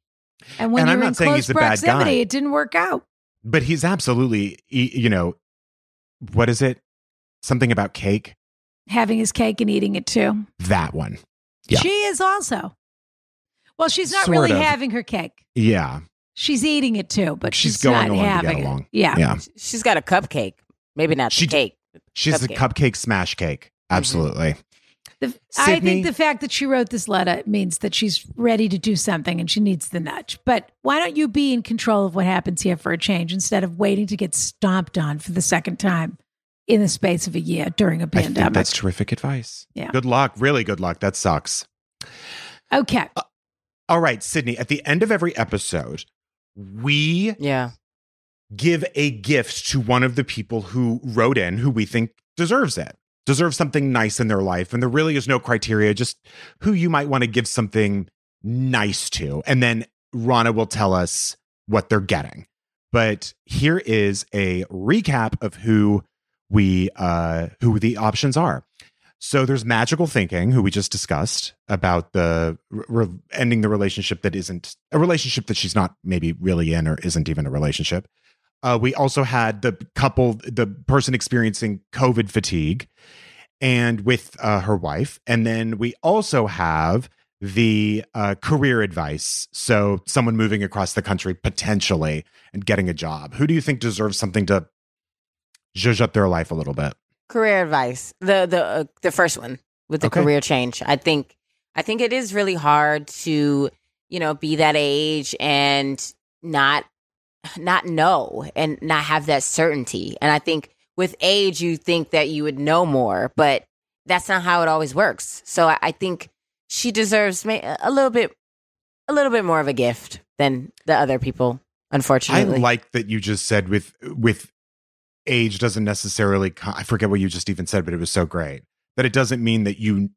and when And I'm you're not in saying close he's a bad proximity guy. it didn't work out but he's absolutely y- you know what is it something about cake having his cake and eating it too that one Yeah. she is also well she's not Sort really of. having her cake yeah She's eating it too, but she's, She's not going along to get having it. along. Yeah. yeah She's got a cupcake. Maybe not She the d- cake. she's the Cupcake. cupcake smash cake Mm-hmm. absolutely The- I Sydney? think the fact that she wrote this letter means that she's ready to do something and she needs the nudge. But why don't you be in control of what happens here for a change instead of waiting to get stomped on for the second time in the space of a year during a I think pandemic? that's terrific advice Yeah. good luck really good luck that sucks okay. um, all right sydney at the end of every episode we Yeah. give a gift to one of the people who wrote in who we think deserves it deserves something nice in their life and there really is no criteria just who you might want to give something nice to and then rana will tell us what they're getting but here is a recap of who we uh who the options are so there's magical thinking who we just discussed about the re- re- ending the relationship that isn't a relationship that she's not maybe really in or isn't even a relationship uh, we also had the couple, the person experiencing COVID fatigue, and with uh, her wife. And then we also have the uh, career advice. So someone moving across the country potentially and getting a job. Who do you think deserves something to zhuzh up their life a little bit? Career advice. The the uh, the first one with the Okay. career change. I think I think it is really hard to, you know, be that age and not not know and not have that certainty. And I think with age you think that you would know more, but that's not how it always works. So I, I think she deserves ma- a little bit a little bit more of a gift than the other people, unfortunately. I like that you just said with with age doesn't necessarily. co- I forget what you just even said, but it was so great that it doesn't mean that you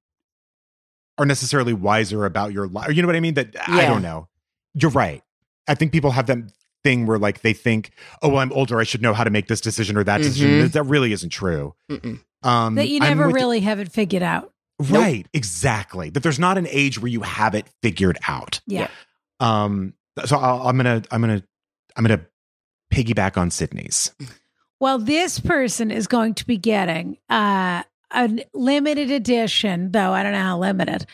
are necessarily wiser about your life. You know what I mean? That I Yeah. don't know. You're right. I think people have that thing where like they think, oh, well, I'm older. I should know how to make this decision or that decision. Mhm. That really isn't true. Mm-mm. Um, Mm-hmm. that you I'm never with- really have it figured out. Right. Exactly. That there's not an age where you have it figured out. Yeah. Um, so I'll, I'm going to, I'm going to, I'm going to piggyback on Sydney's. Well, this person is going to be getting uh, a limited edition, though I don't know how limited,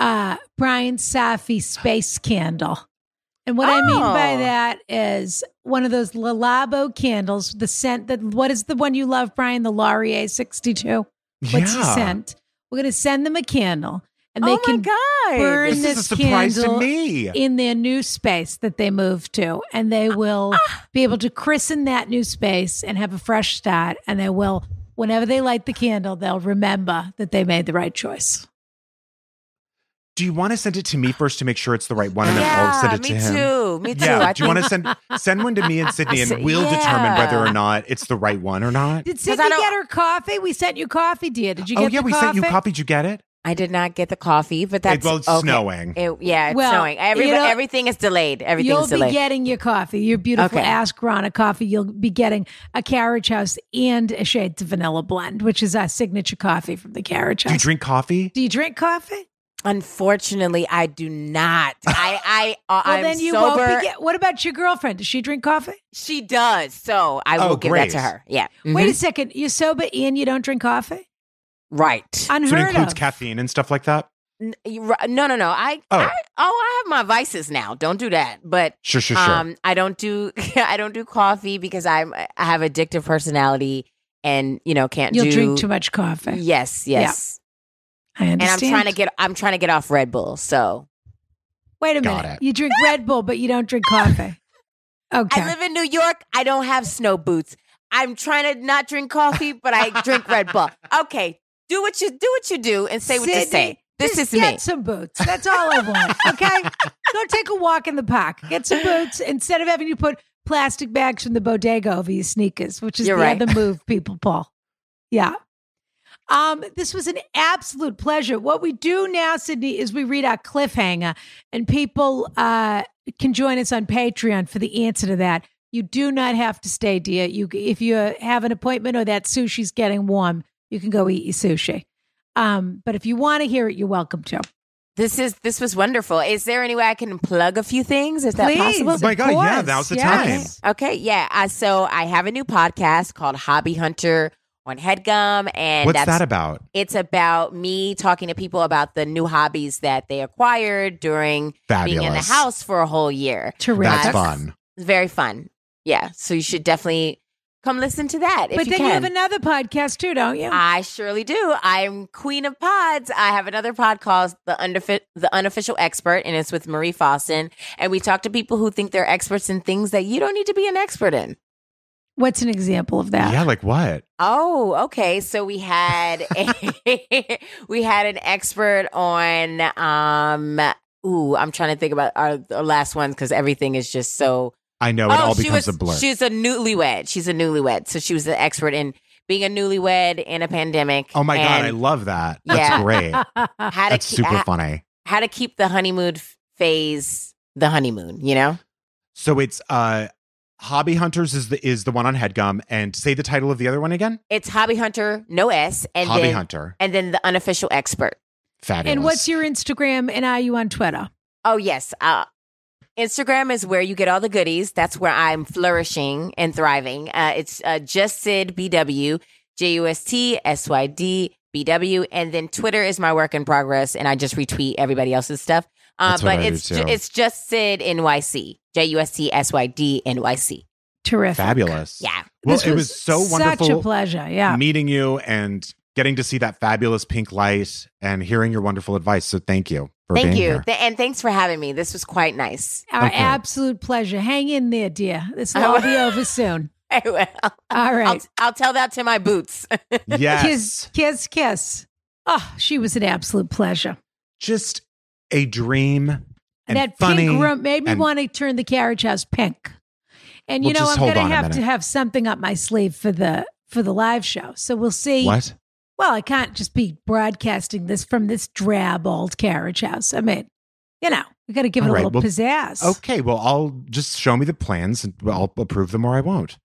uh, Brian Safi space candle. And what I mean by Oh. that is one of those Lalabo candles, the scent that, what is the one you love, Brian? The Laurier 62? What's the scent? We're going to send them a candle and they oh my can god! burn This, is a this surprise to candle me. in their new space that they move to and they will be able to christen that new space and have a fresh start and they will whenever they light the candle they'll remember that they made the right choice Do you want to send it to me first to make sure it's the right one, and then yeah, I'll send it me to him? too. Me too. Yeah. I Do you want think- to send send one to me and Sydney, said- and we'll determine yeah. whether or not it's the right one or not? did 'Cause I sydney don't- get her coffee we sent you coffee dear did you get oh yeah, the we coffee? sent you copy. Did you get it? I did not get the coffee, but it that's well, it's okay. snowing. It- yeah, it's Well, snowing. Every, you know- everything is delayed. Everything You'll is be delayed. getting your coffee, your beautiful Okay. Ask Ron a coffee. You'll be getting a Carriage House and a Shades of Vanilla blend, which is our signature coffee from the Carriage Do you House. drink coffee? Do you drink coffee? Unfortunately, I do not. I I uh, Well, I'm then you sober. won't be. Get, what about your girlfriend? Does she drink coffee? she does, so I Oh, will give that to Grace. her. Yeah. Wait Mhm. a Mm-hmm. second. You're sober and you don't drink coffee? right. Unheard So it includes of. caffeine and stuff like that. N- you- ri- No, no, no. I Oh. I, oh, I have my vices now. Don't do that. But Sure, sure, sure. um, I don't do I don't do coffee because I'm I have addictive personality and you know can't You'll do drink too much coffee. Yes, Yeah. yes. I understand. and I'm trying to get I'm trying to get off Red Bull. So Wait a Got minute. it. You drink Red Bull, but you don't drink coffee. Okay. I live in New York. I don't have snow boots. I'm trying to not drink coffee, but I drink Red Bull. Okay, do what you do what you do and say what you Sydney, say. This Just is get me. some boots. That's all I want. Okay. Go take a walk in the park. Get some boots instead of having to put plastic bags from the bodega over your sneakers, which is You're the right. other move people pull. Yeah. Um, this was an absolute pleasure. What we do now, Sydney, is we read our cliffhanger, and people uh, can join us on Patreon for the answer to that. You do not have to stay, dear. You, if you have an appointment or that sushi's getting warm, you can go eat your sushi. Um, but if you want to hear it, you're welcome to. This is this was wonderful. Is there any way I can plug a few things? Is that Please, possible? of My God, yeah, course. now's the Yes. Okay, yeah. I, so I have a new podcast called Hobby Hunter on Headgum, and What's that's that about? it's about me talking to people about the new hobbies that they acquired during Fabulous. being in the house for a whole year. Terrific. That's Yes. fun. It's very fun. Yeah. So you should definitely come listen to that if But you then can. you have another podcast too, don't you? I surely do. I'm queen of pods. I have another pod called the Underfi- the unofficial expert, and it's with Marie Fawson. And we talk to people who think they're experts in things that you don't need to be an expert in. What's an example of that? Yeah, like what? Oh, okay. So we had a, we had an expert on um. Ooh, I'm trying to think about our, our last ones because everything is just so I know it all Oh, she becomes was, a blur. She's a newlywed. She's a newlywed. So she was the expert in being a newlywed in a pandemic. Oh my god, I and love that. That's Yeah. great. how to That's keep, super how, funny. how to keep the honeymoon f- phase the honeymoon, you know? So it's uh Hobby Hunters is the is the one on Headgum and say the title of the other one again? It's Hobby Hunter, no S, and Hobby then Hunter. and then the unofficial expert. Fabulous. and what's your Instagram and are you on Twitter? Oh yes, uh Instagram is where you get all the goodies. That's where I'm flourishing and thriving. Uh, it's uh, just Sid BW, J U S T S Y D B W, and then Twitter is my work in progress, and I just retweet everybody else's stuff. Uh, That's what but I do, it's ju- too. it's just Sid NYC, J U S T S Y D NYC. Terrific. fabulous? Yeah, Well, This it was so wonderful Such a pleasure. Yeah. meeting you and getting to see that fabulous pink light and hearing your wonderful advice. So thank you for thank being you, here. Th- and thanks for having me. This was quite nice. Our Okay. absolute pleasure. Hang in there, dear. This will I all will. be over soon. Very well. All I'll, right. I'll tell that to my boots. Yes. Kiss, kiss, kiss. Oh, she was an absolute pleasure. Just a dream and that funny. pink room made me and- want to turn the carriage house pink. And you Well, know, just I'm hold going to on a have to minute. have something up my sleeve for the for the live show. So we'll see. What? Well, I can't just be broadcasting this from this drab old carriage house. I mean, you know, we got to give it All a right, little well, oh. pizzazz. Okay, well, I'll just show me the plans and I'll approve them or I won't.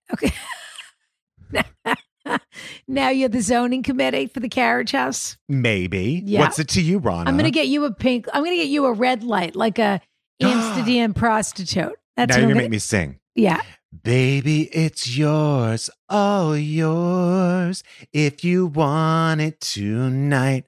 Now you're the zoning committee for the carriage house. Maybe. Yeah. What's it to you, Rana? I'm going to get you a pink. I'm going to get you a red light, like a Amsterdam prostitute. That's Now what you're I'm going to gonna, make me sing. yeah. Baby, it's yours, all yours. If you want it tonight,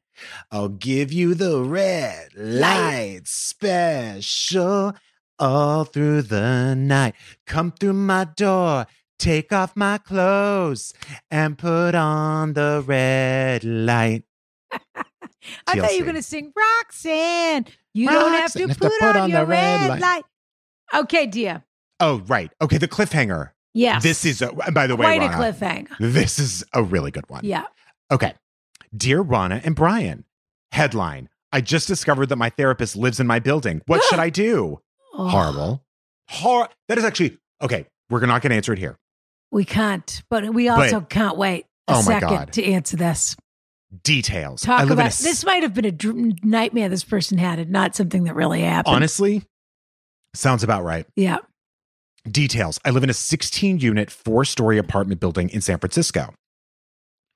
I'll give you the red light special all through the night. Come through my door, take off my clothes, and put on the red light. I thought you TLC. were going to sing Roxanne. You don't have to Roxanne, put, have to put on, on your the red red light. light. Okay, dear. Oh, right. Okay, the cliffhanger. Yes. This is, a, by the way, quite Rana, a cliffhanger. this is a really good one. Yeah. Okay. Dear Rana and Brian, headline I just discovered that my therapist lives in my building. What should I do? Oh, Horrible. Hor- that is actually, okay, we're not going to answer it here. We can't, but we also can't wait a Oh my second God. to answer this. Details. Talk I live about in a, s- this. Might have been a dr- nightmare this person had, and not something that really happened. Honestly, sounds about right. Yeah. Details. I live in a 16 unit, four story apartment building in San Francisco.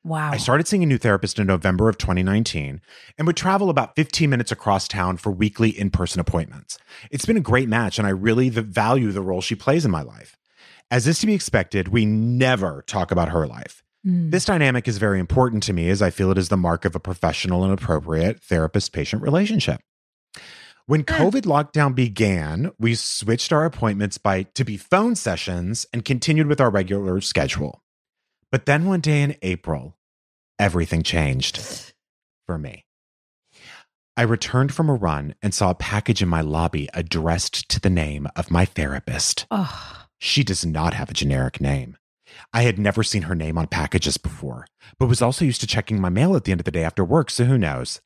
Wow. I started seeing a new therapist in November of 2019 and would travel about 15 minutes across town for weekly in person appointments. It's been a great match, and I really the, value the role she plays in my life. As is to be expected, we never talk about her life. Mm. This dynamic is very important to me as I feel it is the mark of a professional and appropriate therapist patient relationship. When COVID lockdown began, we switched our appointments by to be phone sessions and continued with our regular schedule. But then one day in April, everything changed for me. I returned from a run and saw a package in my lobby addressed to the name of my therapist. Oh. She does not have a generic name. I had never seen her name on packages before, but was also used to checking my mail at the end of the day after work, so who knows?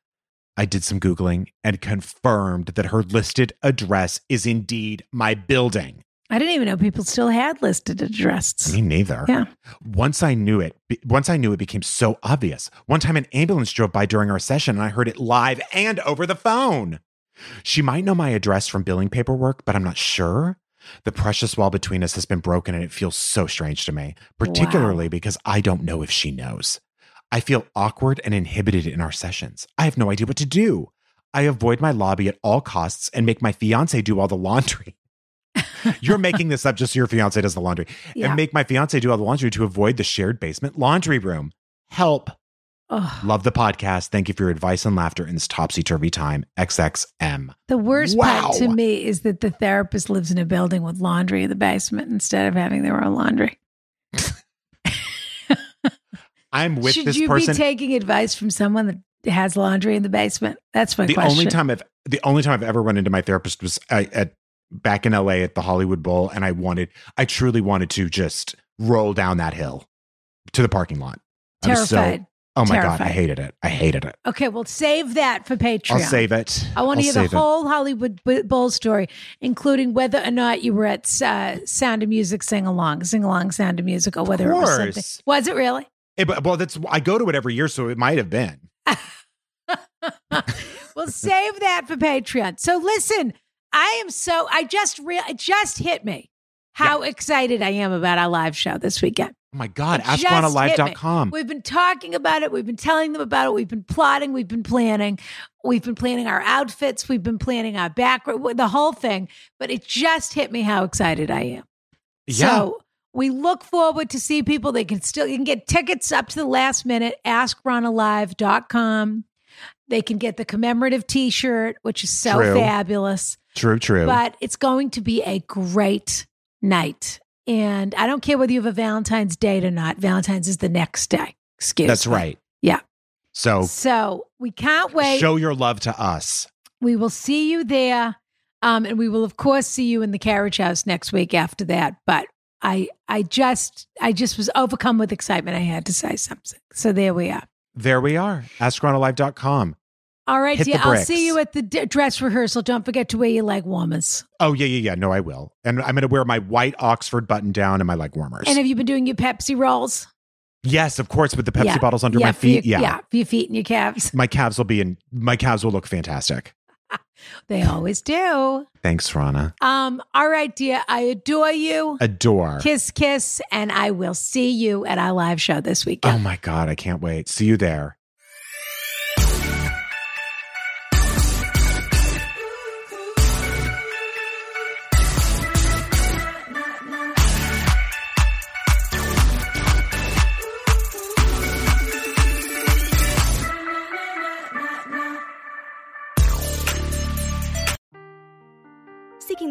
I did some Googling and confirmed that her listed address is indeed my building. I didn't even know people still had listed addresses. Me neither. Yeah. Once I knew it, be- once I knew it became so obvious. One time an ambulance drove by during our session and I heard it live and over the phone. She might know my address from billing paperwork, but I'm not sure. The precious wall between us has been broken and it feels so strange to me, particularly because I don't know if she knows. I feel awkward and inhibited in our sessions. I have no idea what to do. I avoid my lobby at all costs and make my fiance do all the laundry. You're making this up just so your fiance does the laundry Yeah. and make my fiance do all the laundry to avoid the shared basement laundry room. Help. oh. Love the podcast. Thank you for your advice and laughter in this topsy turvy time. XXM. The worst part to Wow. me is that the therapist lives in a building with laundry in the basement instead of having their own laundry. I'm with Should this you person. be taking advice from someone that has laundry in the basement? That's my the question. only time I've the only time I've ever run into my therapist was uh, at back in LA at the Hollywood Bowl, and I wanted, I truly wanted to just roll down that hill to the parking lot. I was so- Terrified. oh my god, Terrified. I hated it. I hated it. okay, well, save that for Patreon. I'll save it. I want to I'll hear the save it. whole Hollywood B- Bowl story, including whether or not you were at uh, Sound of Music sing along, sing along Sound of Music, or whether it was something. course. Was it really? Eh, but- well, that's I go to it every year, so it might have been. we'll save that for Patreon. So listen, I am so I just real it just hit me how excited I am about our live show this weekend. Oh my god, It just hit me. askranaLive.com. We've been talking about it, we've been telling them about it, we've been plotting, we've been planning, we've been planning our outfits, we've been planning our background, the whole thing, but it just hit me how excited I am. So we look forward to see people. They can still you can get tickets up to the last minute, askronalive.com. They can get the commemorative t-shirt, which is so True. fabulous. True, true. But it's going to be a great night. And I don't care whether you have a Valentine's date or not. Valentine's is the next day. Excuse That's me. right. Yeah. So So we can't wait. show your love to us. We will see you there. Um, and we will of course see you in the carriage house next week after that. But I I just I just was overcome with excitement. I had to say something. So there we are. There we are. AskRonAlive.com. All right, Hit the dear. I'll bricks. see you at the d- dress rehearsal. Don't forget to wear your leg warmers. Oh, yeah, yeah, yeah. No, I will. And I'm going to wear my white Oxford button down and my leg warmers. And have you been doing your Pepsi rolls? yes, of course, with the Pepsi Yeah. bottles under my for your- feet. yeah. yeah, for your feet and your calves. My calves will be in, my calves will look fantastic. They always do. Thanks, Rana. Um, all right, dear. I adore you. Adore. Kiss, kiss, and I will see you at our live show this Oh weekend. my God, I can't wait. See you there. Seeking